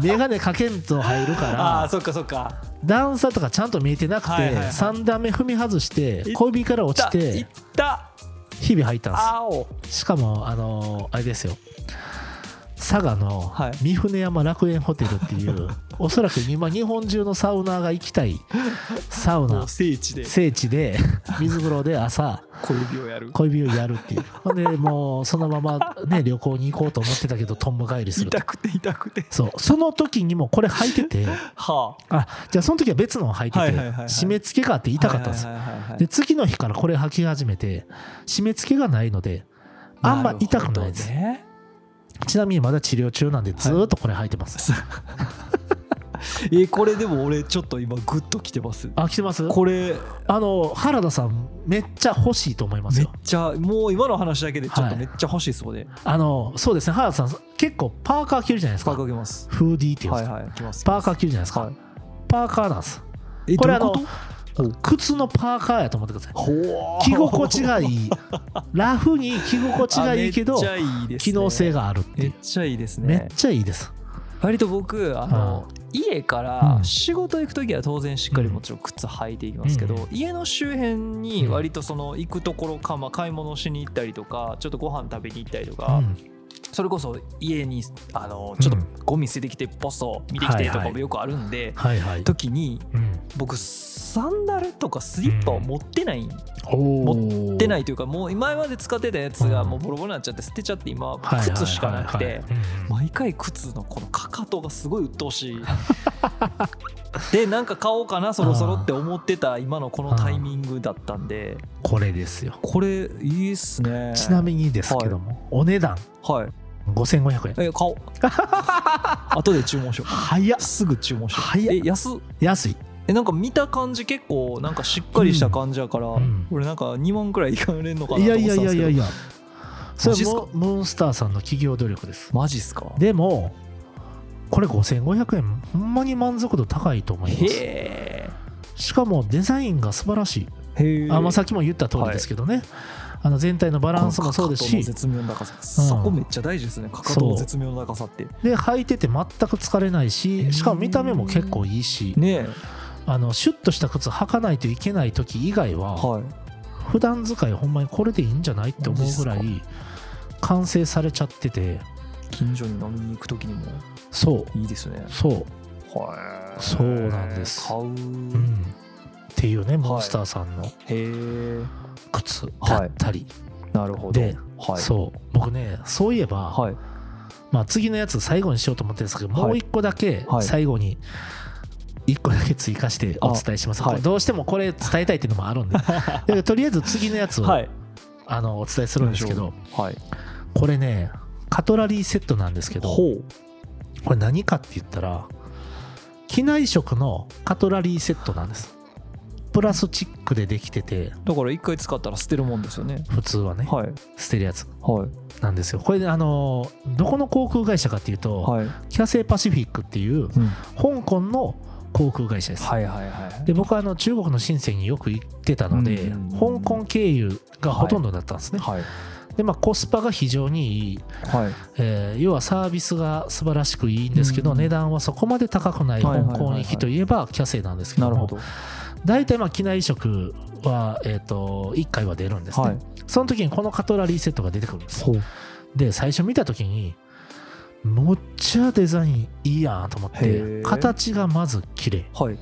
Speaker 2: 眼鏡かけんと入る
Speaker 1: ああ
Speaker 2: か
Speaker 1: ーそっかそっから
Speaker 2: 段差とかちゃんと見えてなくて、
Speaker 1: はいはいはい
Speaker 2: 3段目踏み外して
Speaker 1: いっ
Speaker 2: 小指から落ち
Speaker 1: い
Speaker 2: て
Speaker 1: った
Speaker 2: 日々入ったんです
Speaker 1: あお
Speaker 2: しかもあのあれですよ佐賀の
Speaker 1: はい
Speaker 2: 三船山楽園ホテルっ ていう、おそらく今日本中のサウナーが行きたいサウ
Speaker 1: も
Speaker 2: ナ
Speaker 1: う聖地で
Speaker 2: 聖 地で水風呂で朝
Speaker 1: 小指をやる
Speaker 2: 小指をやるって いうほんでもうそのままね旅行に行こうと思ってたけどとんぼ返りする
Speaker 1: 痛くて痛くて
Speaker 2: そうその時にもこれ履いてて
Speaker 1: は
Speaker 2: あじゃあその時は別のを履いてて、
Speaker 1: はいはいはいはい
Speaker 2: 締め付けがあって
Speaker 1: あ
Speaker 2: 痛かったんですよ
Speaker 1: はいはいはいはい
Speaker 2: で次の日からこれ履き始めて締め付けがないのであんま痛くないです
Speaker 1: るほどね
Speaker 2: ちなみにまだ治療中なんでずーっとこれ履いてます。
Speaker 1: えーこれでも俺ちょっと今グッときてます
Speaker 2: あ、来てます
Speaker 1: これ
Speaker 2: あの、原田さん、めっちゃ欲しいと思います
Speaker 1: めっ
Speaker 2: よ。
Speaker 1: ちゃもう今の話だけでちょっ
Speaker 2: は
Speaker 1: と
Speaker 2: い
Speaker 1: めっちゃ欲しいそうで
Speaker 2: あの、そうですね、原田さん、結構パーカー着るじゃないです
Speaker 1: パーカ
Speaker 2: か。
Speaker 1: ーけます
Speaker 2: フーディーっていうんで
Speaker 1: は
Speaker 2: す
Speaker 1: い
Speaker 2: か。
Speaker 1: はいきます
Speaker 2: パーカー着るじゃないですか。
Speaker 1: はい
Speaker 2: パーカーなんです。
Speaker 1: え
Speaker 2: これあ
Speaker 1: どうい
Speaker 2: の
Speaker 1: うと、
Speaker 2: 靴のパーカーやと思ってください。
Speaker 1: ほー
Speaker 2: 着心地がいい。 ラフに着心地がいいけ
Speaker 1: あ
Speaker 2: ど
Speaker 1: めっち、ゃいいですね
Speaker 2: 機能性があるって
Speaker 1: め
Speaker 2: い
Speaker 1: っ
Speaker 2: う。
Speaker 1: ちゃいいです
Speaker 2: め
Speaker 1: ね
Speaker 2: っちゃいいです。
Speaker 1: 割と僕あの、家か
Speaker 2: う
Speaker 1: ら
Speaker 2: ん
Speaker 1: 仕事行く時は当然しっかりもちろん靴履いていきますけど、
Speaker 2: うん
Speaker 1: 家の周辺に割とその行くところか、まあ、買い物しに行ったりとかちょっとご飯食べに行ったりと
Speaker 2: う
Speaker 1: か、
Speaker 2: ん。
Speaker 1: それこそ家にあのちょっ
Speaker 2: うん
Speaker 1: とゴミ捨ててきてポスト見てきてと
Speaker 2: はい
Speaker 1: か
Speaker 2: は
Speaker 1: も
Speaker 2: い
Speaker 1: よくあるんで、
Speaker 2: はいはい。
Speaker 1: 時に
Speaker 2: うん。
Speaker 1: 僕サンダルとかスリッパを持ってない、
Speaker 2: お。
Speaker 1: 持ってないいというかもう今まで使ってたやつが
Speaker 2: うん
Speaker 1: もうボロボロになっちゃって捨てちゃって今
Speaker 2: はいはいはいはい
Speaker 1: 靴しかなくて。
Speaker 2: うん
Speaker 1: 毎回靴のこのかかとがすごい鬱陶しいでなんか買おうかなそろそろって思ってた今のこのタイミングだったんで
Speaker 2: これですよ。
Speaker 1: これいいっすね
Speaker 2: ちなみにですけども、お値段
Speaker 1: はい
Speaker 2: 5500円。
Speaker 1: え買 おう後で注文しよ
Speaker 2: 早っ
Speaker 1: うすぐ注文しよう
Speaker 2: 早っ
Speaker 1: え安
Speaker 2: 安い。
Speaker 1: ええなんか見た感じ結構なんかしっかりした感じやから、
Speaker 2: ん
Speaker 1: 俺なんか2万くらいいかれんのかないと
Speaker 2: や
Speaker 1: 思っ
Speaker 2: い
Speaker 1: てた
Speaker 2: や
Speaker 1: ん
Speaker 2: い
Speaker 1: ですけど
Speaker 2: やいやいやそ
Speaker 1: マジ
Speaker 2: れ
Speaker 1: っすか
Speaker 2: はモンスターさんの企業努力です
Speaker 1: マジっすか
Speaker 2: でもこれ5500円ほんまに満足度高いと思いま
Speaker 1: へ
Speaker 2: す
Speaker 1: え
Speaker 2: しかもデザインが素晴らしい
Speaker 1: へえ
Speaker 2: あ、まあ、さっきも言った通りですけどね、あの全体のバランスもそうです
Speaker 1: この
Speaker 2: し
Speaker 1: かかとの絶妙な高さ、そこめっちゃ大事ですねかかとの絶妙な高さって
Speaker 2: で履いてて全く疲れないししかも見た目も結構いいし
Speaker 1: ねえ
Speaker 2: あのシュッとした靴履かないといけない時以外は
Speaker 1: はい
Speaker 2: 普段使いほんまにこれでいいんじゃないって思うぐら
Speaker 1: マ
Speaker 2: い完成されちゃってて
Speaker 1: 近所に飲みに行く時にも
Speaker 2: そう
Speaker 1: いいですね
Speaker 2: そう、
Speaker 1: は
Speaker 2: そうなんです
Speaker 1: 買う、
Speaker 2: うん、っていうねモンスターさんの
Speaker 1: へえ
Speaker 2: 靴だったり、
Speaker 1: なるほど
Speaker 2: で
Speaker 1: はい
Speaker 2: そう僕ねそういえば、
Speaker 1: はい
Speaker 2: まあ、次のやつ最後にしようと思ってるんですけど、
Speaker 1: はい
Speaker 2: もう一個だけ
Speaker 1: はい
Speaker 2: 最後に一個だけ追加してお伝えします、
Speaker 1: あはい
Speaker 2: これどうしてもこれ伝えたいっていうのもある んででとりあえず次のやつを、
Speaker 1: はい
Speaker 2: あのお伝えするんですけど
Speaker 1: はい
Speaker 2: これねカトラリーセットなんですけど
Speaker 1: ほう
Speaker 2: これ何かって言ったら機内食のカトラリーセットなんですプラスチックでできてて
Speaker 1: だから一回使ったら捨てるもんですよね
Speaker 2: 普通はね
Speaker 1: はい
Speaker 2: 捨てるやつ
Speaker 1: はい
Speaker 2: なんですよこれねあのどこの航空会社かっていうと、
Speaker 1: はい、
Speaker 2: キャセイパシフィックってい
Speaker 1: う
Speaker 2: う
Speaker 1: ん、
Speaker 2: 香港の航空会社です、
Speaker 1: はいはいはい
Speaker 2: で僕はあの中国の深センによく行ってたので、
Speaker 1: うん
Speaker 2: 香港経由がほとんどだったんですね、
Speaker 1: はい
Speaker 2: でまあコスパが非常にいい、
Speaker 1: はい
Speaker 2: えー要はサービスが素晴らしくいいんですけど、
Speaker 1: うん
Speaker 2: 値段はそこまで高くない
Speaker 1: はいはいは
Speaker 2: 香
Speaker 1: いはい
Speaker 2: 港行きといえばキャセイなんですけ
Speaker 1: な
Speaker 2: ど
Speaker 1: るほ
Speaker 2: も
Speaker 1: ど
Speaker 2: 大体まあ機内食は、えー、と1回は出るんですね、
Speaker 1: はい
Speaker 2: その時にこのカトラリーセットが出てくるんです
Speaker 1: う
Speaker 2: で最初見た時にむっちゃデザインいいやんと思っ
Speaker 1: へ
Speaker 2: て
Speaker 1: ー
Speaker 2: 形がまず綺麗
Speaker 1: はい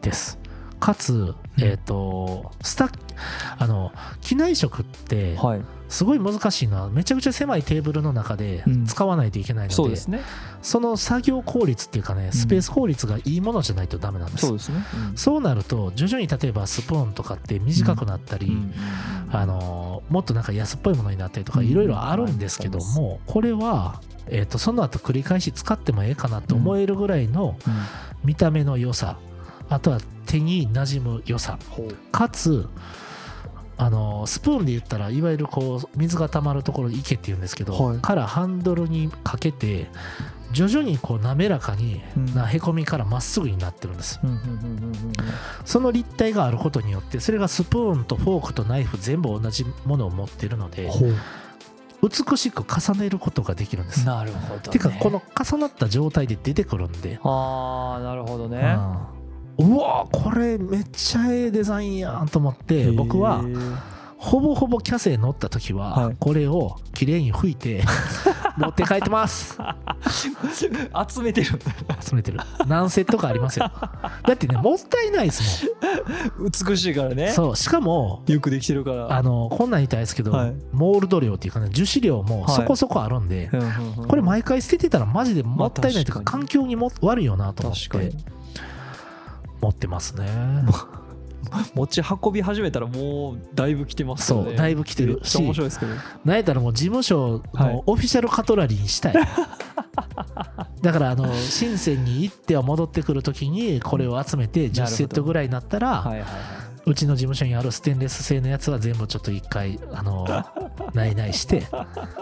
Speaker 2: ですかつ、えっとスタあの機内食って
Speaker 1: はい
Speaker 2: すごい難しいのはめちゃくちゃ狭いテーブルの中で
Speaker 1: うん
Speaker 2: 使わないといけないので,、
Speaker 1: そうですね
Speaker 2: その作業効率っていうかねスペース効率がいいものじゃないとダメなんです、
Speaker 1: そうですね
Speaker 2: そうなると徐々に例えばスプーンとかって短くなったり、
Speaker 1: うんうん
Speaker 2: あのもっとなんか安っぽいものになったりとか
Speaker 1: うん
Speaker 2: いろいろあるんですけども、これは、えー、とその後繰り返し使ってもええかなと思えるぐらいの
Speaker 1: うん
Speaker 2: 見た目の良さあとは手に馴染む良さ
Speaker 1: ほう
Speaker 2: かつあのスプーンで言ったらいわゆるこう水が溜まるところ池っていうんですけど、
Speaker 1: はい
Speaker 2: からハンドルにかけて徐々にこう滑らかに、
Speaker 1: うん
Speaker 2: なへこみからまっすぐになってるんです
Speaker 1: うんうんうんうんうん
Speaker 2: その立体があることによってそれがスプーンとフォークとナイフ全部同じものを持ってるので
Speaker 1: ほう
Speaker 2: 美しく重ねることができるんです
Speaker 1: なるほど、ね、
Speaker 2: てかこの重なった状態で出てくるんで、
Speaker 1: ああなるほどね
Speaker 2: うんうわこれめっちゃええデザインやんと思って僕
Speaker 1: へ
Speaker 2: は
Speaker 1: ー
Speaker 2: ほぼほぼキャセイ乗った時は
Speaker 1: はい
Speaker 2: これをきれいに拭い て持って帰ってます
Speaker 1: 集めてる
Speaker 2: 集めてる何セットかありますよだってねもったいないです
Speaker 1: 美しいから
Speaker 2: も
Speaker 1: ね
Speaker 2: んそうしかも
Speaker 1: よくできてるから
Speaker 2: あのこんなん言いたらあれですけど、
Speaker 1: はい
Speaker 2: モールド量っていうかね樹脂量も
Speaker 1: はい
Speaker 2: そこそこあるんで、
Speaker 1: うんうんうん
Speaker 2: これ毎回捨ててたらマジでもったいないというか
Speaker 1: まあ確かに
Speaker 2: 環境にも悪いよなと思っ
Speaker 1: 確か
Speaker 2: て
Speaker 1: に
Speaker 2: 持ってますね
Speaker 1: 持ち運び始めたらもうだいぶ来てますよね
Speaker 2: そうだいぶ来てる
Speaker 1: めっ
Speaker 2: し
Speaker 1: ちゃ面白いですけど
Speaker 2: なんやったらもう事務所のオフィシャルカトラリー にしたい、だからあの深センに行っては戻ってくる時にこれを集めて
Speaker 1: なるほど
Speaker 2: 10セットぐらいになった
Speaker 1: は
Speaker 2: ら、
Speaker 1: いはいはいう
Speaker 2: ちの事務所にあるステンレス製のやつは全部ちょっと一回あの ないないして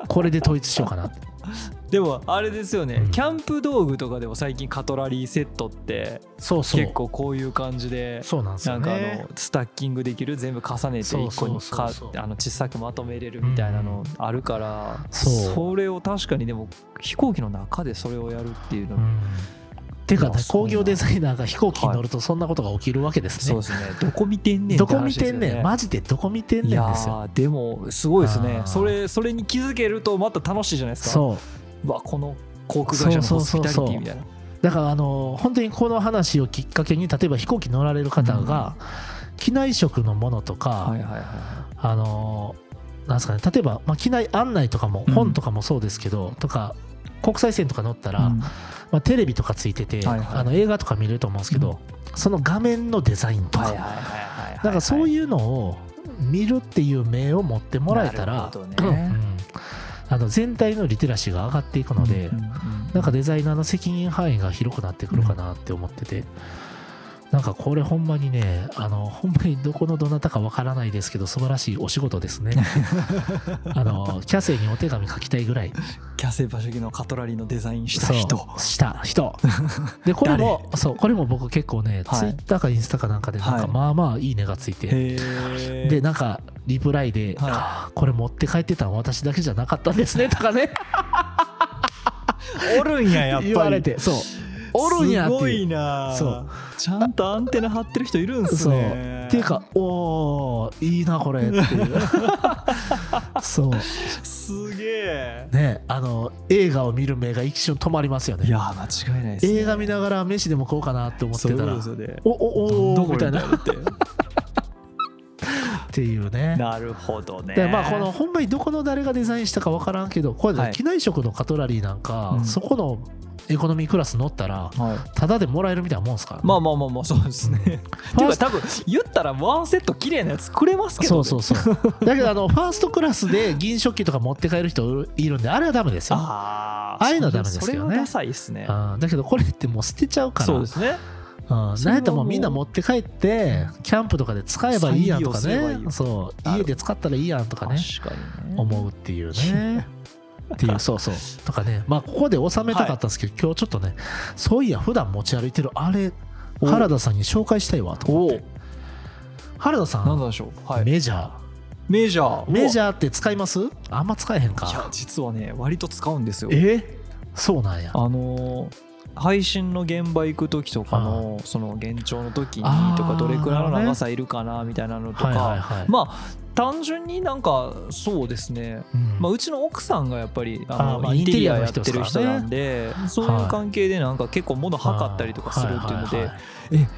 Speaker 2: これで統一しようかなって
Speaker 1: でもあれですよね、
Speaker 2: うん
Speaker 1: キャンプ道具とかでも最近カトラリーセットって
Speaker 2: そうそう
Speaker 1: 結構こういう感じで
Speaker 2: そうなんです
Speaker 1: な
Speaker 2: よ
Speaker 1: んかあ
Speaker 2: ね
Speaker 1: のスタッキングできる全部重ねて
Speaker 2: そう
Speaker 1: 一個に
Speaker 2: そうそう
Speaker 1: か
Speaker 2: そう
Speaker 1: あの小さくまとめれるみたいなのあるから、
Speaker 2: そう
Speaker 1: それを確かにでも飛行機の中でそれをやるっていうの、
Speaker 2: うんてか
Speaker 1: いやそう
Speaker 2: 工
Speaker 1: なん
Speaker 2: 業デザイナーが飛行機に乗るとそんなことが起きるわけです
Speaker 1: そうで
Speaker 2: ね。
Speaker 1: すねどこ見てんねん
Speaker 2: どこ見てん
Speaker 1: って話です
Speaker 2: ね
Speaker 1: よ
Speaker 2: ん、マジでどこ見てん
Speaker 1: い
Speaker 2: ね
Speaker 1: や
Speaker 2: んですよ。
Speaker 1: ーでもすごいですね
Speaker 2: あー
Speaker 1: それそれに気づけるとまた楽しいじゃないですか
Speaker 2: そう
Speaker 1: わこの航空会社の
Speaker 2: そ
Speaker 1: ホ
Speaker 2: う
Speaker 1: ス
Speaker 2: そ
Speaker 1: ピ
Speaker 2: う
Speaker 1: タ
Speaker 2: そう
Speaker 1: リテ
Speaker 2: そう
Speaker 1: ィみたいな
Speaker 2: うだからあの本当にこの話をきっかけに例えば飛行機乗られる方が機内食のものとか、
Speaker 1: はいはいはいは
Speaker 2: あのなんですかね例えば、まあ、機内案内とかも
Speaker 1: うん
Speaker 2: 本とかもそうですけど、とか国際線とか乗った
Speaker 1: い
Speaker 2: ら、
Speaker 1: うん
Speaker 2: まあ、テレビとかついてて、
Speaker 1: はいはい
Speaker 2: あの映画とか見れると思うんですけど、その画面のデザインとか、
Speaker 1: はいはいはいはいはい
Speaker 2: だからそう
Speaker 1: う
Speaker 2: いうのを見るっていう目を持ってもらえたら
Speaker 1: な、るほどね
Speaker 2: うんあの全体のリテラシーが上がっていくので、
Speaker 1: んうんうん
Speaker 2: なんかデザイナーの責任範囲が広くなってくるかなって思ってて、なんかこれほんまにねあのほんまにどこのどなたかわからないですけど素晴らしいお仕 事ですねあのキャセイにお手紙書きたいぐらい
Speaker 1: キャセイバショギのカトラリーのデザインした
Speaker 2: そう
Speaker 1: 人
Speaker 2: した人でこれもそうこれも僕結構ね、
Speaker 1: はい
Speaker 2: ツイッターかインスタかなんかでなん
Speaker 1: は
Speaker 2: か
Speaker 1: い
Speaker 2: まあまあいいねがついて、
Speaker 1: へえ
Speaker 2: でなんかリプライで、
Speaker 1: はい
Speaker 2: あーこれ持って帰ってたの私だけじゃなかったんですね」とかね
Speaker 1: おるんややっぱり
Speaker 2: 言われてそうおるんやっ
Speaker 1: す
Speaker 2: て
Speaker 1: ごい
Speaker 2: い
Speaker 1: うな
Speaker 2: そう
Speaker 1: ちゃんとアンテナ張ってる人いるんす
Speaker 2: そう
Speaker 1: ね
Speaker 2: っていうかおーいいなこれ っていうそう
Speaker 1: すげえ
Speaker 2: ねあの映画を見る目が一瞬止まりますよね
Speaker 1: いやー間違いないですね
Speaker 2: 映画見ながら飯でも食おうかなって思って
Speaker 1: そういう
Speaker 2: た
Speaker 1: こ
Speaker 2: ら
Speaker 1: とですよね
Speaker 2: おおお
Speaker 1: どこ
Speaker 2: ーみ
Speaker 1: み
Speaker 2: た
Speaker 1: た
Speaker 2: い
Speaker 1: い
Speaker 2: なっ
Speaker 1: なって
Speaker 2: ていうね
Speaker 1: なるほどね
Speaker 2: でまあこのほんまにどこの誰がデザインしたかわからんけどこれ
Speaker 1: はい
Speaker 2: 機内食のカトラリーなんか、
Speaker 1: うん
Speaker 2: そこのエコノミークラス乗ったら
Speaker 1: はい
Speaker 2: タダでもらえるみたいなもんですからね、
Speaker 1: まあまあまあまあそうです ね。て
Speaker 2: ファ
Speaker 1: い
Speaker 2: ー
Speaker 1: う
Speaker 2: ス
Speaker 1: か多分言ったらワンセット綺麗なやつくれますけど、
Speaker 2: そ
Speaker 1: ね、
Speaker 2: うそうそうだけどあのファーストクラスで銀食器とか持って帰る人いるんであれはダメですよ
Speaker 1: あ
Speaker 2: あ
Speaker 1: あ
Speaker 2: あいうのはダメですけどね
Speaker 1: それはダサいですね。
Speaker 2: うんだけどこれってもう捨てちゃうから
Speaker 1: そうですね。
Speaker 2: うん、
Speaker 1: そ
Speaker 2: な
Speaker 1: れは
Speaker 2: んやったらもうみんな持って帰ってキャンプとかで使えばいいやんとか
Speaker 1: 再利用すればいい
Speaker 2: ね
Speaker 1: よ
Speaker 2: そう
Speaker 1: なる
Speaker 2: 家で使ったらいいやんとかね
Speaker 1: 確かにね。
Speaker 2: 思うって いうねっていうそうそうとかねまあここで収めたかったんですけど、今日ちょっとねそういや普段持ち歩いてるあれ
Speaker 1: お
Speaker 2: 原田さんに紹介したいわと思って原田さ
Speaker 1: なん
Speaker 2: ん
Speaker 1: だでしょう。はい。
Speaker 2: メジャ
Speaker 1: メジャ
Speaker 2: ー
Speaker 1: ー。
Speaker 2: メジ
Speaker 1: ャ
Speaker 2: ャーって使いますあんま使えへん
Speaker 1: いや
Speaker 2: か
Speaker 1: 実はね割と使うんですよ。
Speaker 2: えそうなんや
Speaker 1: あのー配信の現場行く時とかのその現調の時
Speaker 2: あ
Speaker 1: に
Speaker 2: ー
Speaker 1: とかどれくらいの長さいるかなみたいなのとか、
Speaker 2: はいはいはい、
Speaker 1: まあ単純になんかそうですね
Speaker 2: うん
Speaker 1: まあ、うちの奥さんがやっぱりあ
Speaker 2: あー
Speaker 1: の
Speaker 2: まあ
Speaker 1: インテリア
Speaker 2: インテリアの
Speaker 1: やっ
Speaker 2: 人
Speaker 1: てる人なんでそういう関係でなんか結構物測ったりとかするっていうの
Speaker 2: は
Speaker 1: で
Speaker 2: ははいはい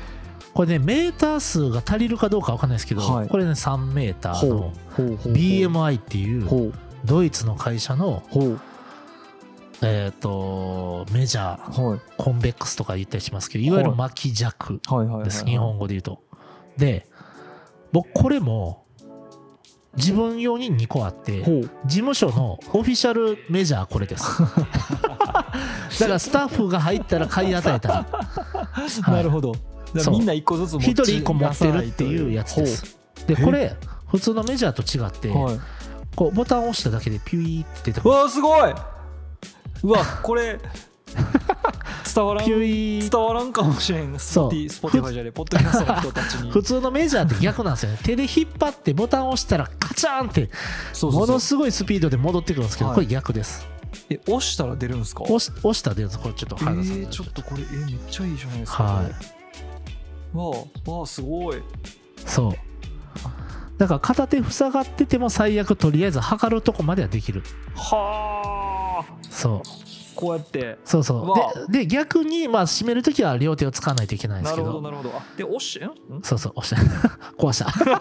Speaker 2: これねメーター数が足りるかどうかわかんないですけど、
Speaker 1: はい
Speaker 2: これね3メーターの
Speaker 1: ほうほう
Speaker 2: BMI っていう
Speaker 1: ほう
Speaker 2: ドイツの会社の、
Speaker 1: ほう
Speaker 2: えー、とメジャー
Speaker 1: はい
Speaker 2: コンベックスとか言ったりしますけどいわゆる巻き弱
Speaker 1: はいはいはい
Speaker 2: です、
Speaker 1: はい
Speaker 2: 日本語で言うと。で僕これも自分用に2個あって
Speaker 1: ほ
Speaker 2: 事
Speaker 1: う
Speaker 2: 務所のオフィシャルメジャーこれです だからスタッフが入ったら買い与えたらはい
Speaker 1: なるほどだから
Speaker 2: そう
Speaker 1: みんな一個ずつ持
Speaker 2: 一人一個持ってるっていうやつです。で
Speaker 1: ほう
Speaker 2: これ普通のメジャーと違って、
Speaker 1: ほうはい
Speaker 2: こうボタンを押しただけでピュイーって出て
Speaker 1: う
Speaker 2: くる
Speaker 1: わーすごいう わこれ伝わらん
Speaker 2: ピュ
Speaker 1: 伝
Speaker 2: イー
Speaker 1: わらんかもしれんス
Speaker 2: そう
Speaker 1: ポティスポティファイじゃねえポッドキャストの人たち に
Speaker 2: 普通のメジャーって逆なんです よね手で引っ張ってボタンを押したらカチャーンって
Speaker 1: そうそ
Speaker 2: も
Speaker 1: うそう
Speaker 2: のすごいスピードで戻ってくるんですけど
Speaker 1: はい
Speaker 2: これ逆です
Speaker 1: え押したら出るんですか
Speaker 2: 押し押したら出るんですこれちょっと
Speaker 1: え
Speaker 2: 原田さん
Speaker 1: ー、ちょっとこれえーめっちゃいいじゃないですか、
Speaker 2: はい
Speaker 1: わあわあすごい
Speaker 2: そうだから片手塞がってても最悪とりあえず測るとこまではできる
Speaker 1: はあ
Speaker 2: そう
Speaker 1: こうやって
Speaker 2: そうそう
Speaker 1: わ
Speaker 2: でで逆にまあ締めるときは両手を使わないといけないんです
Speaker 1: な
Speaker 2: け
Speaker 1: る
Speaker 2: ど
Speaker 1: ほどなるほどあで押しんん
Speaker 2: そうそう、押した。 壊した。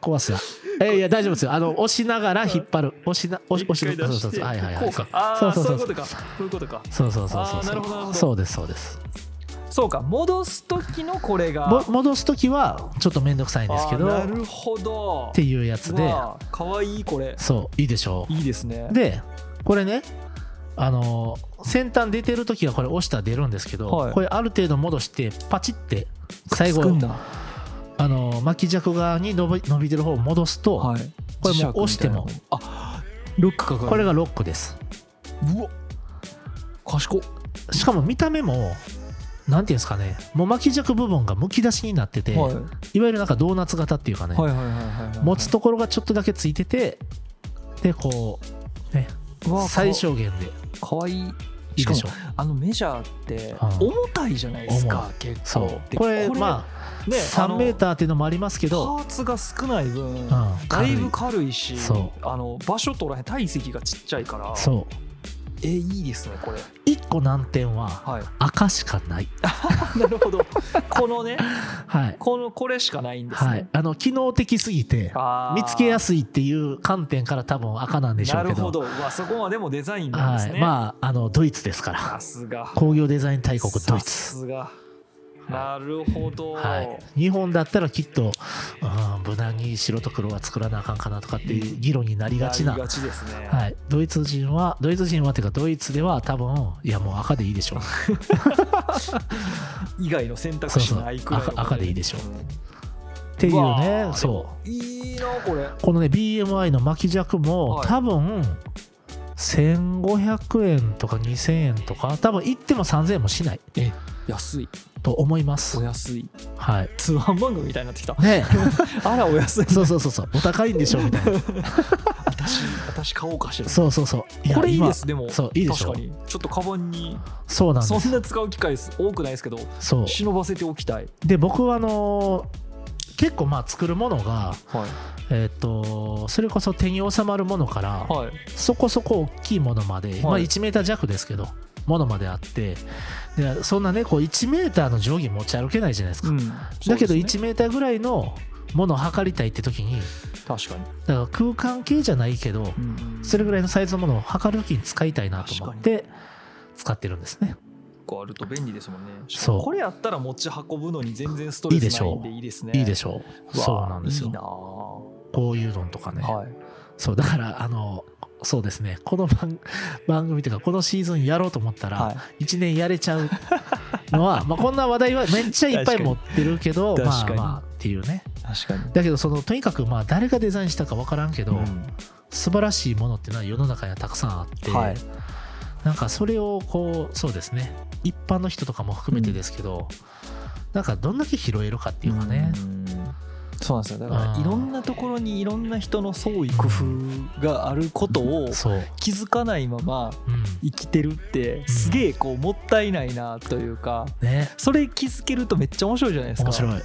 Speaker 2: 壊した。えいや、大丈夫ですよ。あの、押しながら引っ張る。押しな、押し、押し
Speaker 1: 一回出
Speaker 2: そう
Speaker 1: し
Speaker 2: そう
Speaker 1: て
Speaker 2: そう。はいはいは
Speaker 1: こ
Speaker 2: い。
Speaker 1: うか
Speaker 2: そう
Speaker 1: あ
Speaker 2: そ
Speaker 1: あ
Speaker 2: う
Speaker 1: そ
Speaker 2: そううそう
Speaker 1: いうことかそういうことか
Speaker 2: そうそうそうそ
Speaker 1: あーなるほどなるほ
Speaker 2: う。
Speaker 1: ど
Speaker 2: そうです、そうです。
Speaker 1: そうか戻す時のこれが
Speaker 2: も戻すときは、ちょっとめんどくさいんですけど、
Speaker 1: あーな
Speaker 2: っ
Speaker 1: るほど
Speaker 2: ていうやつで、
Speaker 1: わあかわいいこれ
Speaker 2: そう、いいでしょ
Speaker 1: いいですね
Speaker 2: う。で、これね、あのー先端出てるときはこれ押したら出るんですけど、
Speaker 1: はい
Speaker 2: これある程度戻してパチって最後
Speaker 1: つくんだ
Speaker 2: あのー巻き尺側に伸び伸びてる方を戻すと、
Speaker 1: はい
Speaker 2: これ
Speaker 1: 磁石み
Speaker 2: もう
Speaker 1: たいな
Speaker 2: 押しても
Speaker 1: あロックかかる
Speaker 2: これがロックです
Speaker 1: うわ賢っ
Speaker 2: しかも見た目もなんていうんですかねもう巻き尺部分がむき出しになってて、
Speaker 1: はい
Speaker 2: い、わゆるなんかドーナツ型っていうかね、
Speaker 1: はいはいはいはいはい
Speaker 2: 持つところがちょっとだけついててでこ
Speaker 1: うわ
Speaker 2: う
Speaker 1: あ
Speaker 2: 最小限で
Speaker 1: かわいい
Speaker 2: いいでしょ
Speaker 1: あのメジャーって
Speaker 2: はい
Speaker 1: 重たいじゃないですか、結構
Speaker 2: そう
Speaker 1: で
Speaker 2: これまあ、
Speaker 1: ね
Speaker 2: 3メーターっていうのもありますけ
Speaker 1: け
Speaker 2: ど
Speaker 1: パーツが少ない分、
Speaker 2: うん
Speaker 1: だいぶ
Speaker 2: 軽
Speaker 1: 軽いし
Speaker 2: そう
Speaker 1: あの場所取らへん体積がちっちゃいから
Speaker 2: そう
Speaker 1: えいいですねこれ
Speaker 2: 1個難点は
Speaker 1: は
Speaker 2: 赤しかない
Speaker 1: い なるほどこのね
Speaker 2: はい、
Speaker 1: このこれしかないんですね、
Speaker 2: はい、あの機能的すぎて
Speaker 1: あ
Speaker 2: 見つけや
Speaker 1: す
Speaker 2: すいっていう観点から多分赤なんでしょう
Speaker 1: な
Speaker 2: け
Speaker 1: るほ
Speaker 2: ど
Speaker 1: どまあそこまでもデザインなんで
Speaker 2: は
Speaker 1: す
Speaker 2: い
Speaker 1: ね、
Speaker 2: まああのドイツですから
Speaker 1: さすが
Speaker 2: 工業デザイン大国ドイ
Speaker 1: さ
Speaker 2: ツ、
Speaker 1: すがなるほど、
Speaker 2: はい、日本だったらきっとうん、無難に白と黒は作らなあかんかなとかっていう議論になりがちな
Speaker 1: りがちですね。
Speaker 2: はい、ドイツ人はドイツ人はっていうかドイツでは多分いやもう赤でいいでしょう
Speaker 1: 以外の選択肢ないくらい
Speaker 2: そうそう赤赤でいいでしょ
Speaker 1: う
Speaker 2: っていうね
Speaker 1: わあ
Speaker 2: そ
Speaker 1: んいいなこれ。
Speaker 2: うこのね BMI の巻き尺も、
Speaker 1: はい
Speaker 2: 多分1500円とか2000円とか多分行っても3000円もしない
Speaker 1: 安い。
Speaker 2: と思いま
Speaker 1: お
Speaker 2: す
Speaker 1: 安い。
Speaker 2: はい。
Speaker 1: 通販番組みたいになってきた
Speaker 2: ね
Speaker 1: あらお安い。
Speaker 2: そうそうそうそうお高いんでしょみたいな
Speaker 1: 私私買おうかしら。
Speaker 2: そうそうそうや
Speaker 1: これいい
Speaker 2: 今
Speaker 1: ですでも。
Speaker 2: そういいでしょ
Speaker 1: 確かにちょっとカバンに
Speaker 2: そうなんで
Speaker 1: そ
Speaker 2: す
Speaker 1: んな使う機会す多くないですけど
Speaker 2: そう
Speaker 1: 忍ばせておきたい。
Speaker 2: で僕はあのー結構まあ作るものが
Speaker 1: はい
Speaker 2: えっとそれこそ手に収まるものから
Speaker 1: はい
Speaker 2: そこそこ大きいものまで、まあ、1メーター弱ですけどものまであってでそんなねこう1メーターの定規持ち歩けないじゃないですか、
Speaker 1: うん。
Speaker 2: だけど
Speaker 1: そうです
Speaker 2: 1メーターぐらいのものを測りたいって時に
Speaker 1: 確かに。
Speaker 2: だから空間系じゃないけど
Speaker 1: うん
Speaker 2: それぐらいのサイズのものを測る時に使いたいなと思って使ってるんですね
Speaker 1: 個あると便利ですもんね。
Speaker 2: そう
Speaker 1: これやったら持ち運ぶのに全然ストレスないんでいいですね。
Speaker 2: いいで
Speaker 1: し
Speaker 2: しょう
Speaker 1: わあ
Speaker 2: そうなんですよ
Speaker 1: いいなあ
Speaker 2: こういうのとかね、
Speaker 1: はい。
Speaker 2: そうだからあのそうですねこの番 番組というかこのシーズンやろうと思ったら、
Speaker 1: はい。
Speaker 2: 1年やれちゃう のはまあこんな話題はめっちゃいっぱい持ってるけど
Speaker 1: 確
Speaker 2: まあ
Speaker 1: かに
Speaker 2: まあっていうね
Speaker 1: 確かに。
Speaker 2: だけどそのとにかくまあ誰がデザインしたか分からんけど、
Speaker 1: うん
Speaker 2: 素晴らしいものっていうのは世の中にはたくさんあって、
Speaker 1: はい
Speaker 2: なんかそれをこうそうですね一般の人とかも含めてですけど、なんかどんだけ拾えるかっていうかね、
Speaker 1: うんそうなんですよだか
Speaker 2: う
Speaker 1: ら
Speaker 2: ん
Speaker 1: いろんなところにいろんな人の創意工夫があることを
Speaker 2: そう、
Speaker 1: 気づかないまま
Speaker 2: うん、
Speaker 1: 生きてるってすげえこうもったいないなというか
Speaker 2: ね
Speaker 1: それ気づけるとめっちゃ面白いじゃないですか
Speaker 2: 面白い、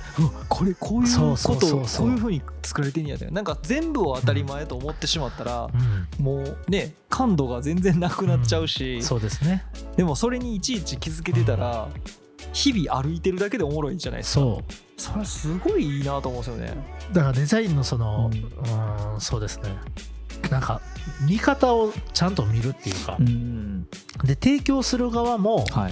Speaker 1: これこういう
Speaker 2: そう
Speaker 1: こ
Speaker 2: そう
Speaker 1: と
Speaker 2: そ
Speaker 1: を
Speaker 2: うそう
Speaker 1: こういうふうに作られてんやでなんか全部を当たり前と思ってしまったら
Speaker 2: う
Speaker 1: もうね感度が全然なくなっちゃうし
Speaker 2: ん、そうですね
Speaker 1: でもそれにいちいち気づけてたら日々歩いてるだけでおもろいじゃないですか
Speaker 2: そう
Speaker 1: それはすごいいいなと思うんですよね
Speaker 2: だからデザインのその、
Speaker 1: う
Speaker 2: うんーん、そうですねなんか見方をちゃんと見るっていうか、
Speaker 1: ん
Speaker 2: で提供する側も
Speaker 1: はい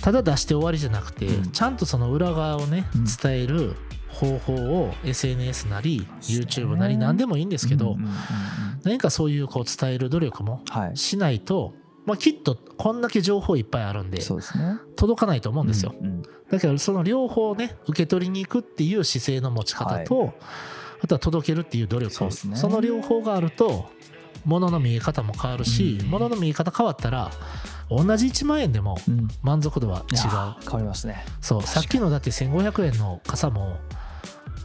Speaker 2: ただ出して終わりじゃなくて、
Speaker 1: うん
Speaker 2: ちゃんとその裏側をね
Speaker 1: うん
Speaker 2: 伝える方法を SNS なり
Speaker 1: そうですね
Speaker 2: YouTube なり何でもいいんで
Speaker 1: です
Speaker 2: けど、何かそういうこう伝える努力も
Speaker 1: はい
Speaker 2: しないと、まあ、きっとこんだけ情報いっぱいあるんで
Speaker 1: そうですね
Speaker 2: 届かないと思うんですよ、
Speaker 1: うんうん
Speaker 2: だけどその両方ね受け取りに行くっていう姿勢の持ち方と、あとは届けるっていう努力
Speaker 1: そうですね
Speaker 2: その両方があると物の見え方も変わるし、
Speaker 1: うん
Speaker 2: 物の見え方変わったら同じ1万円でも
Speaker 1: うん
Speaker 2: 満足度はい違
Speaker 1: や
Speaker 2: う
Speaker 1: 変わりますね
Speaker 2: そう
Speaker 1: 確か
Speaker 2: さっ
Speaker 1: に
Speaker 2: きのだって1500円の傘も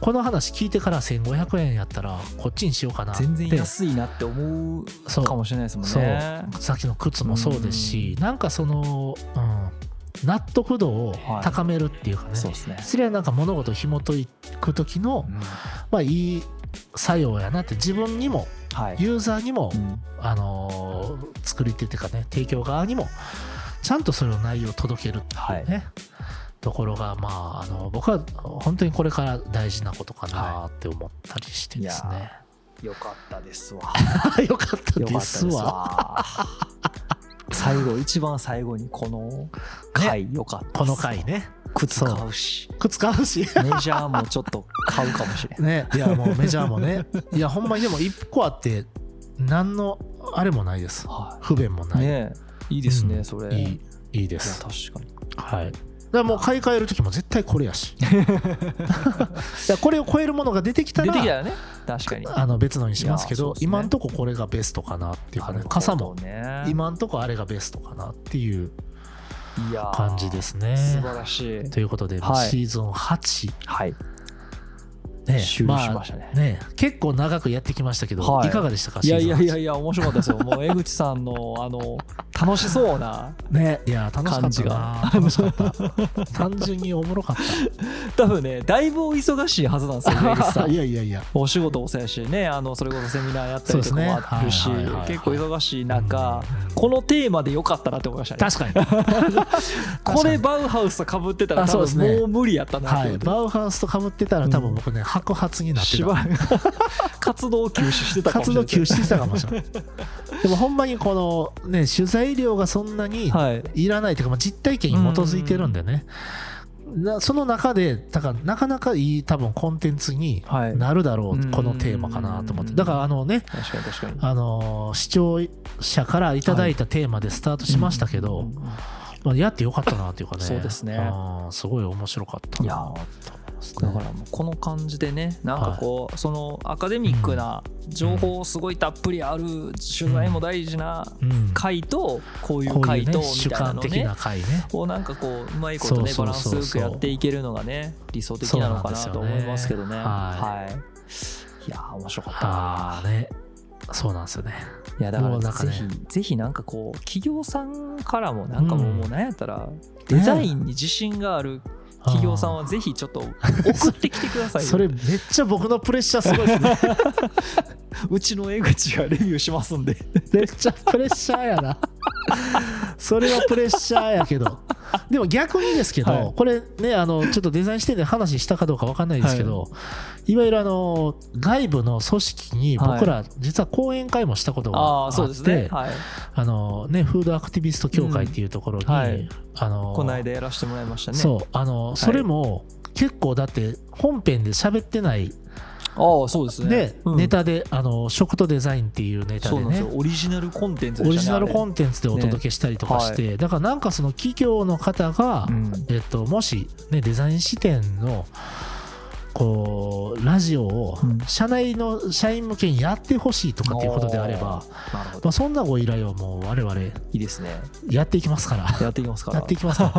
Speaker 2: この話聞いてから1500円やったらこっちにしようかなって
Speaker 1: 全然安いなって思う
Speaker 2: そう
Speaker 1: かもしれないですもんね
Speaker 2: さっきの靴もそうですし、なんかその、うん、納得度を高めるっていうかね、
Speaker 1: そうですね
Speaker 2: それはなんか物事を紐解く時の、
Speaker 1: うん
Speaker 2: まあ、いい作用やなって自分にも
Speaker 1: はい
Speaker 2: ユーザーにも、
Speaker 1: うん
Speaker 2: あのー作り手っていうかね提供側にもちゃんとそれの内容を届けるっていうね、ところがまああの僕は本当にこれから大事なことかなって思ったりしてですね、
Speaker 1: よかったですわ
Speaker 2: よか
Speaker 1: よか
Speaker 2: った
Speaker 1: った
Speaker 2: で
Speaker 1: です
Speaker 2: すわ
Speaker 1: わ最後一番最後にこの回よかった
Speaker 2: こ
Speaker 1: っす
Speaker 2: の回ね
Speaker 1: 靴
Speaker 2: そう
Speaker 1: 買うし
Speaker 2: 靴買う し
Speaker 1: メジャーもちょっと買うかもしれん
Speaker 2: ねいやもうメジャーもねいやほんまにでも一個あって何のあれもないです
Speaker 1: は
Speaker 2: 不便も
Speaker 1: い
Speaker 2: ない、
Speaker 1: ねえいいですね、
Speaker 2: うん
Speaker 1: それ
Speaker 2: い
Speaker 1: い
Speaker 2: い
Speaker 1: や
Speaker 2: いいです
Speaker 1: 確かに
Speaker 2: はいだからもう買い替える時も絶対これや しいやこれを超えるものが出てきた
Speaker 1: 出
Speaker 2: ら
Speaker 1: てきたらね確かに
Speaker 2: あの別のにしますけ
Speaker 1: いやそ
Speaker 2: ど
Speaker 1: うですね
Speaker 2: 今んとここれがベストかなっていうか
Speaker 1: な
Speaker 2: ね
Speaker 1: るほど
Speaker 2: 傘も
Speaker 1: ね
Speaker 2: 今んとこあれがベストかなっていう
Speaker 1: いやー
Speaker 2: 感じですね
Speaker 1: 素晴らしい
Speaker 2: ということで、
Speaker 1: はい
Speaker 2: シーズン8
Speaker 1: はい
Speaker 2: ね
Speaker 1: 終了しましたね
Speaker 2: あね結構長くやってきましたけど、
Speaker 1: はい
Speaker 2: い、かがでしたか
Speaker 1: い
Speaker 2: シ
Speaker 1: や
Speaker 2: ーズン
Speaker 1: い
Speaker 2: 8
Speaker 1: やいやいや面白かったですよもう江口さんのあの楽しそうな
Speaker 2: ねいや楽し
Speaker 1: 感
Speaker 2: かった
Speaker 1: じ
Speaker 2: な
Speaker 1: が
Speaker 2: 楽しかった単純におもろかっ
Speaker 1: 多分ねだいぶお忙しいはずなん ですよ 江口さ
Speaker 2: た
Speaker 1: ん
Speaker 2: やいやいや
Speaker 1: お仕事もそうやしねあのそれこそセミナーやったりとかもあるし、
Speaker 2: そうですねはいはいはいはい
Speaker 1: 結構忙しい中、
Speaker 2: うん
Speaker 1: このテーマでよかったなって思いましたね
Speaker 2: 確 かに
Speaker 1: これバウハウスとかぶってたら
Speaker 2: あ
Speaker 1: 多
Speaker 2: そうです
Speaker 1: 分
Speaker 2: ね
Speaker 1: もう無理やったなっ
Speaker 2: は
Speaker 1: て思
Speaker 2: い
Speaker 1: って、
Speaker 2: バウハウスとかぶってたら多分僕ね白髪になって
Speaker 1: したばらく 活動休止してたかもしれ
Speaker 2: 活
Speaker 1: な
Speaker 2: 動
Speaker 1: い
Speaker 2: 休止したかもし れないでもほんまにこのね取材料がそんなに
Speaker 1: はい
Speaker 2: いらないというか、まあ、実体験に基づいてるんでね、なその中でだからなかなかいい多分コンテンツに
Speaker 1: はい
Speaker 2: なるだろ
Speaker 1: うん
Speaker 2: うこのテーマかなと思ってだからあのね
Speaker 1: 確かに確かに
Speaker 2: あのー視聴者からいただいたテーマでスタートしましたけど、
Speaker 1: うんうんうん
Speaker 2: まあ、やってよかったなというかね
Speaker 1: そうですね
Speaker 2: あーすごい面白かった
Speaker 1: い
Speaker 2: な
Speaker 1: やー
Speaker 2: と思います
Speaker 1: だ
Speaker 2: ね
Speaker 1: からもうこの感じでねなんかこう、そのアカデミックな情報すごいたっぷりある取材も大事な
Speaker 2: うん
Speaker 1: 回とこういう
Speaker 2: こうい
Speaker 1: 回
Speaker 2: うね
Speaker 1: とみ
Speaker 2: 主
Speaker 1: たいな
Speaker 2: 観
Speaker 1: の
Speaker 2: 的
Speaker 1: ね
Speaker 2: な回ね
Speaker 1: こうなんかこううまいことね
Speaker 2: そ
Speaker 1: バ
Speaker 2: う
Speaker 1: ラン
Speaker 2: そう
Speaker 1: ス
Speaker 2: そうそう
Speaker 1: よくやっていけるのがね理想的なのかなと思いますけどね
Speaker 2: そう
Speaker 1: は、
Speaker 2: ない
Speaker 1: い、やー面白かったな
Speaker 2: ああねそうなんですよね
Speaker 1: いやだか
Speaker 2: も
Speaker 1: ら
Speaker 2: うなんか
Speaker 1: ぜ
Speaker 2: ね
Speaker 1: ひ、ぜひなんかこう企業さんからもなんかもう,、
Speaker 2: うん
Speaker 1: もうなんやったらデザインに自信がある企業さんはぜひちょっと送ってきてくだ
Speaker 2: あ
Speaker 1: さ
Speaker 2: ー
Speaker 1: いよ
Speaker 2: それめっちゃ僕のプレッシャーすご いですね
Speaker 1: うちの江口がレビューしますんで
Speaker 2: めっちゃプレッシャーやなそれはプレッシャーやけどでも逆にですけど、
Speaker 1: はい
Speaker 2: これねあのちょっとデザイン視点で話したかどうかわかんないですけど、い、わゆるあの外部の組織に僕ら実は講演会もしたことが
Speaker 1: あ
Speaker 2: あ
Speaker 1: あ
Speaker 2: っ
Speaker 1: そうです
Speaker 2: て、
Speaker 1: ねはい
Speaker 2: あのね、フードアクティビスト協会っていうところに、
Speaker 1: うんはい
Speaker 2: あの
Speaker 1: この間やらせてもらいましたね
Speaker 2: そうあの、それも結構だって本編で喋ってない
Speaker 1: ああそうですね
Speaker 2: で、
Speaker 1: うん
Speaker 2: ネタであの「食とデザイン」っていうネタ
Speaker 1: そう
Speaker 2: で
Speaker 1: なんです
Speaker 2: ね
Speaker 1: よオリジナルコンテンツ
Speaker 2: オリジナルコ
Speaker 1: ン
Speaker 2: ンテンツでお届けしたりとかして、だからなんかその企業の方が、
Speaker 1: ンツ
Speaker 2: えっと、もし、ね、デザイン視点のこうラジオを
Speaker 1: うん
Speaker 2: 社内の社員向けにやってほしいとかっていうことであれば、
Speaker 1: なるほど
Speaker 2: まあ、そんなご依頼はもう我々
Speaker 1: いいですね
Speaker 2: やっていきますから。
Speaker 1: やっていきますから
Speaker 2: やっていきます か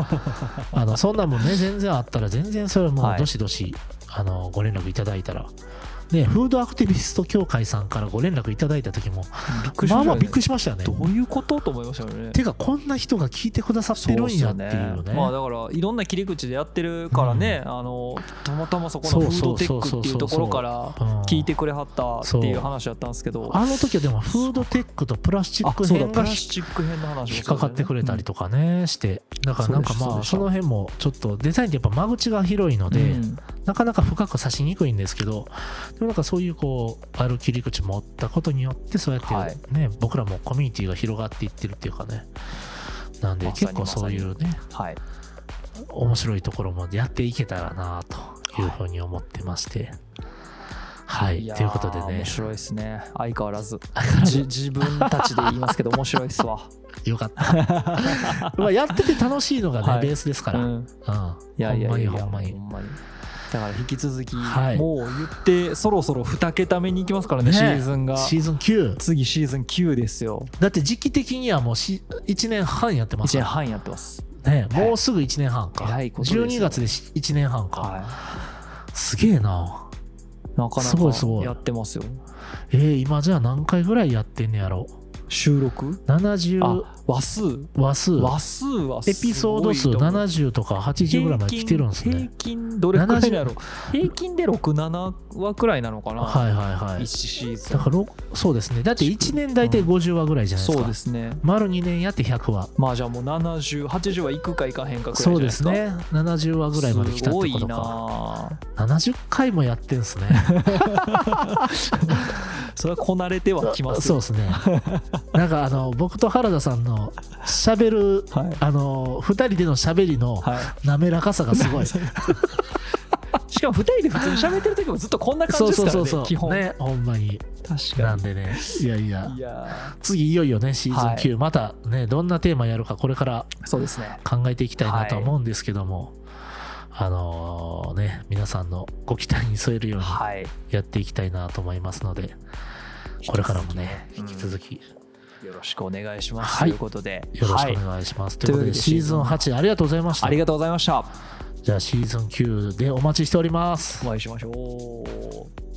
Speaker 2: らあのそんなんもんね全然あったら全然それはも
Speaker 1: はいう
Speaker 2: どしどし、あのご連絡いただいたらねフードアクティビスト協会さんからご連絡いただいた時も
Speaker 1: びっくりし
Speaker 2: まあまあびっ
Speaker 1: ま
Speaker 2: くり
Speaker 1: し
Speaker 2: しましたよね
Speaker 1: たよねどういうことと思いましたよね
Speaker 2: てかこんな人が聞いてくださってるんやっていうね
Speaker 1: まあだからいろんな切り口でやってるからね、あのたまたまそこのフードテックっていうところから
Speaker 2: うん
Speaker 1: 聞いてくれはったっていう話だったんですけど
Speaker 2: あの時はでもフードテックとプラスチッ
Speaker 1: あ
Speaker 2: ク
Speaker 1: そうだ
Speaker 2: 編
Speaker 1: プ
Speaker 2: が
Speaker 1: ラスチック編の話もそうだよね
Speaker 2: 引っかかってくれたりとかねしてだからなんか
Speaker 1: そう
Speaker 2: ま
Speaker 1: で
Speaker 2: あ
Speaker 1: した
Speaker 2: その辺もちょっとデザインってやっぱ間口が広いので、
Speaker 1: うん
Speaker 2: なかなか深く刺しにくいんですけど、でもなんかそういうこう、ある切り口持ったことによって、そうや
Speaker 1: は
Speaker 2: っ
Speaker 1: い
Speaker 2: てね、僕らもコミュニティが広がっていってるっていうかね、なんで
Speaker 1: まさ
Speaker 2: 結
Speaker 1: に
Speaker 2: 構そういうね、
Speaker 1: はい
Speaker 2: 面白いところもやっていけたらなというふうに思ってまして、はい、
Speaker 1: やー
Speaker 2: ということでね
Speaker 1: 面、白いですね相変わらずじ自分たちで言いますけど面白いっすわ、
Speaker 2: よかった。 まあやってて楽しいのがね、
Speaker 1: はい
Speaker 2: ベースですか
Speaker 1: う
Speaker 2: ら、うん、
Speaker 1: ん、いや
Speaker 2: ほ
Speaker 1: い
Speaker 2: ん
Speaker 1: や
Speaker 2: ま
Speaker 1: い
Speaker 2: に
Speaker 1: や
Speaker 2: ほんまに。
Speaker 1: だから引き続き、
Speaker 2: はい
Speaker 1: もう言ってそろそろ2桁目に行きますからね
Speaker 2: ね
Speaker 1: シーズンが
Speaker 2: シーズン9。
Speaker 1: 次シーズン9ですよ
Speaker 2: だって時期的にはもう1年半やってます
Speaker 1: 1年
Speaker 2: から
Speaker 1: 半やってます
Speaker 2: ね、もうすぐ1年半か、
Speaker 1: はいことですよ
Speaker 2: 12月で1年半か、
Speaker 1: は
Speaker 2: すげえない
Speaker 1: なかな
Speaker 2: すごいす
Speaker 1: か
Speaker 2: ごい
Speaker 1: やってますよ
Speaker 2: えー、今じゃあ何回ぐらいやってんねやろ
Speaker 1: 収録
Speaker 2: 70
Speaker 1: あ話数
Speaker 2: 話数
Speaker 1: 話数はすごいと思う
Speaker 2: エピソード数70とか80ぐらいまで来てるんです
Speaker 1: 平
Speaker 2: ね
Speaker 1: 均平均どれくらいだろう平均で67話くらいなのかな、
Speaker 2: はいはいはい
Speaker 1: 1シーズ
Speaker 2: だ
Speaker 1: ン
Speaker 2: からろそうですねだって1年大体50話ぐらいじゃないです
Speaker 1: そ
Speaker 2: か、
Speaker 1: うですね
Speaker 2: 丸2年やって100話
Speaker 1: まあじゃあもう7080はいくかいかへんかくらいじゃ
Speaker 2: そ
Speaker 1: な
Speaker 2: う
Speaker 1: い
Speaker 2: で
Speaker 1: です
Speaker 2: す
Speaker 1: か
Speaker 2: ね70話ぐらいまで来
Speaker 1: す
Speaker 2: たって
Speaker 1: ご
Speaker 2: こ
Speaker 1: い
Speaker 2: とか
Speaker 1: なあ
Speaker 2: 70回もやってん すね
Speaker 1: それはこなれてはきます
Speaker 2: そう
Speaker 1: よ
Speaker 2: ですねなんかあの僕と原田さんのしゃべる
Speaker 1: はい
Speaker 2: あの2人での喋りの
Speaker 1: は
Speaker 2: 滑らかさが すごい。
Speaker 1: い、しかも2人で普通に喋ってる時もずっとこんな感じですからね基本
Speaker 2: ね、ほんまに。
Speaker 1: 確
Speaker 2: な
Speaker 1: か
Speaker 2: んでね、いやいや
Speaker 1: にい、や
Speaker 2: 次いよいよね、シーズン9、またね、どんなテーマやるか、これから
Speaker 1: ーそうですね
Speaker 2: 考えていきたい
Speaker 1: は
Speaker 2: ないとは思うんですけども、あのね、皆さんのご期待に添えるように
Speaker 1: はい
Speaker 2: やっていきたいなと思いますので、これからもね、引き続きよ
Speaker 1: よろしくお願いします、
Speaker 2: はい
Speaker 1: ということで
Speaker 2: ろしくお
Speaker 1: はい、
Speaker 2: 願いします。という
Speaker 1: という
Speaker 2: こと
Speaker 1: わけ
Speaker 2: で、
Speaker 1: で
Speaker 2: シーズン8、ありがとうございました
Speaker 1: あり。がとうございました
Speaker 2: じゃあ、シーズン9でお待ちしております
Speaker 1: お。会いしましょう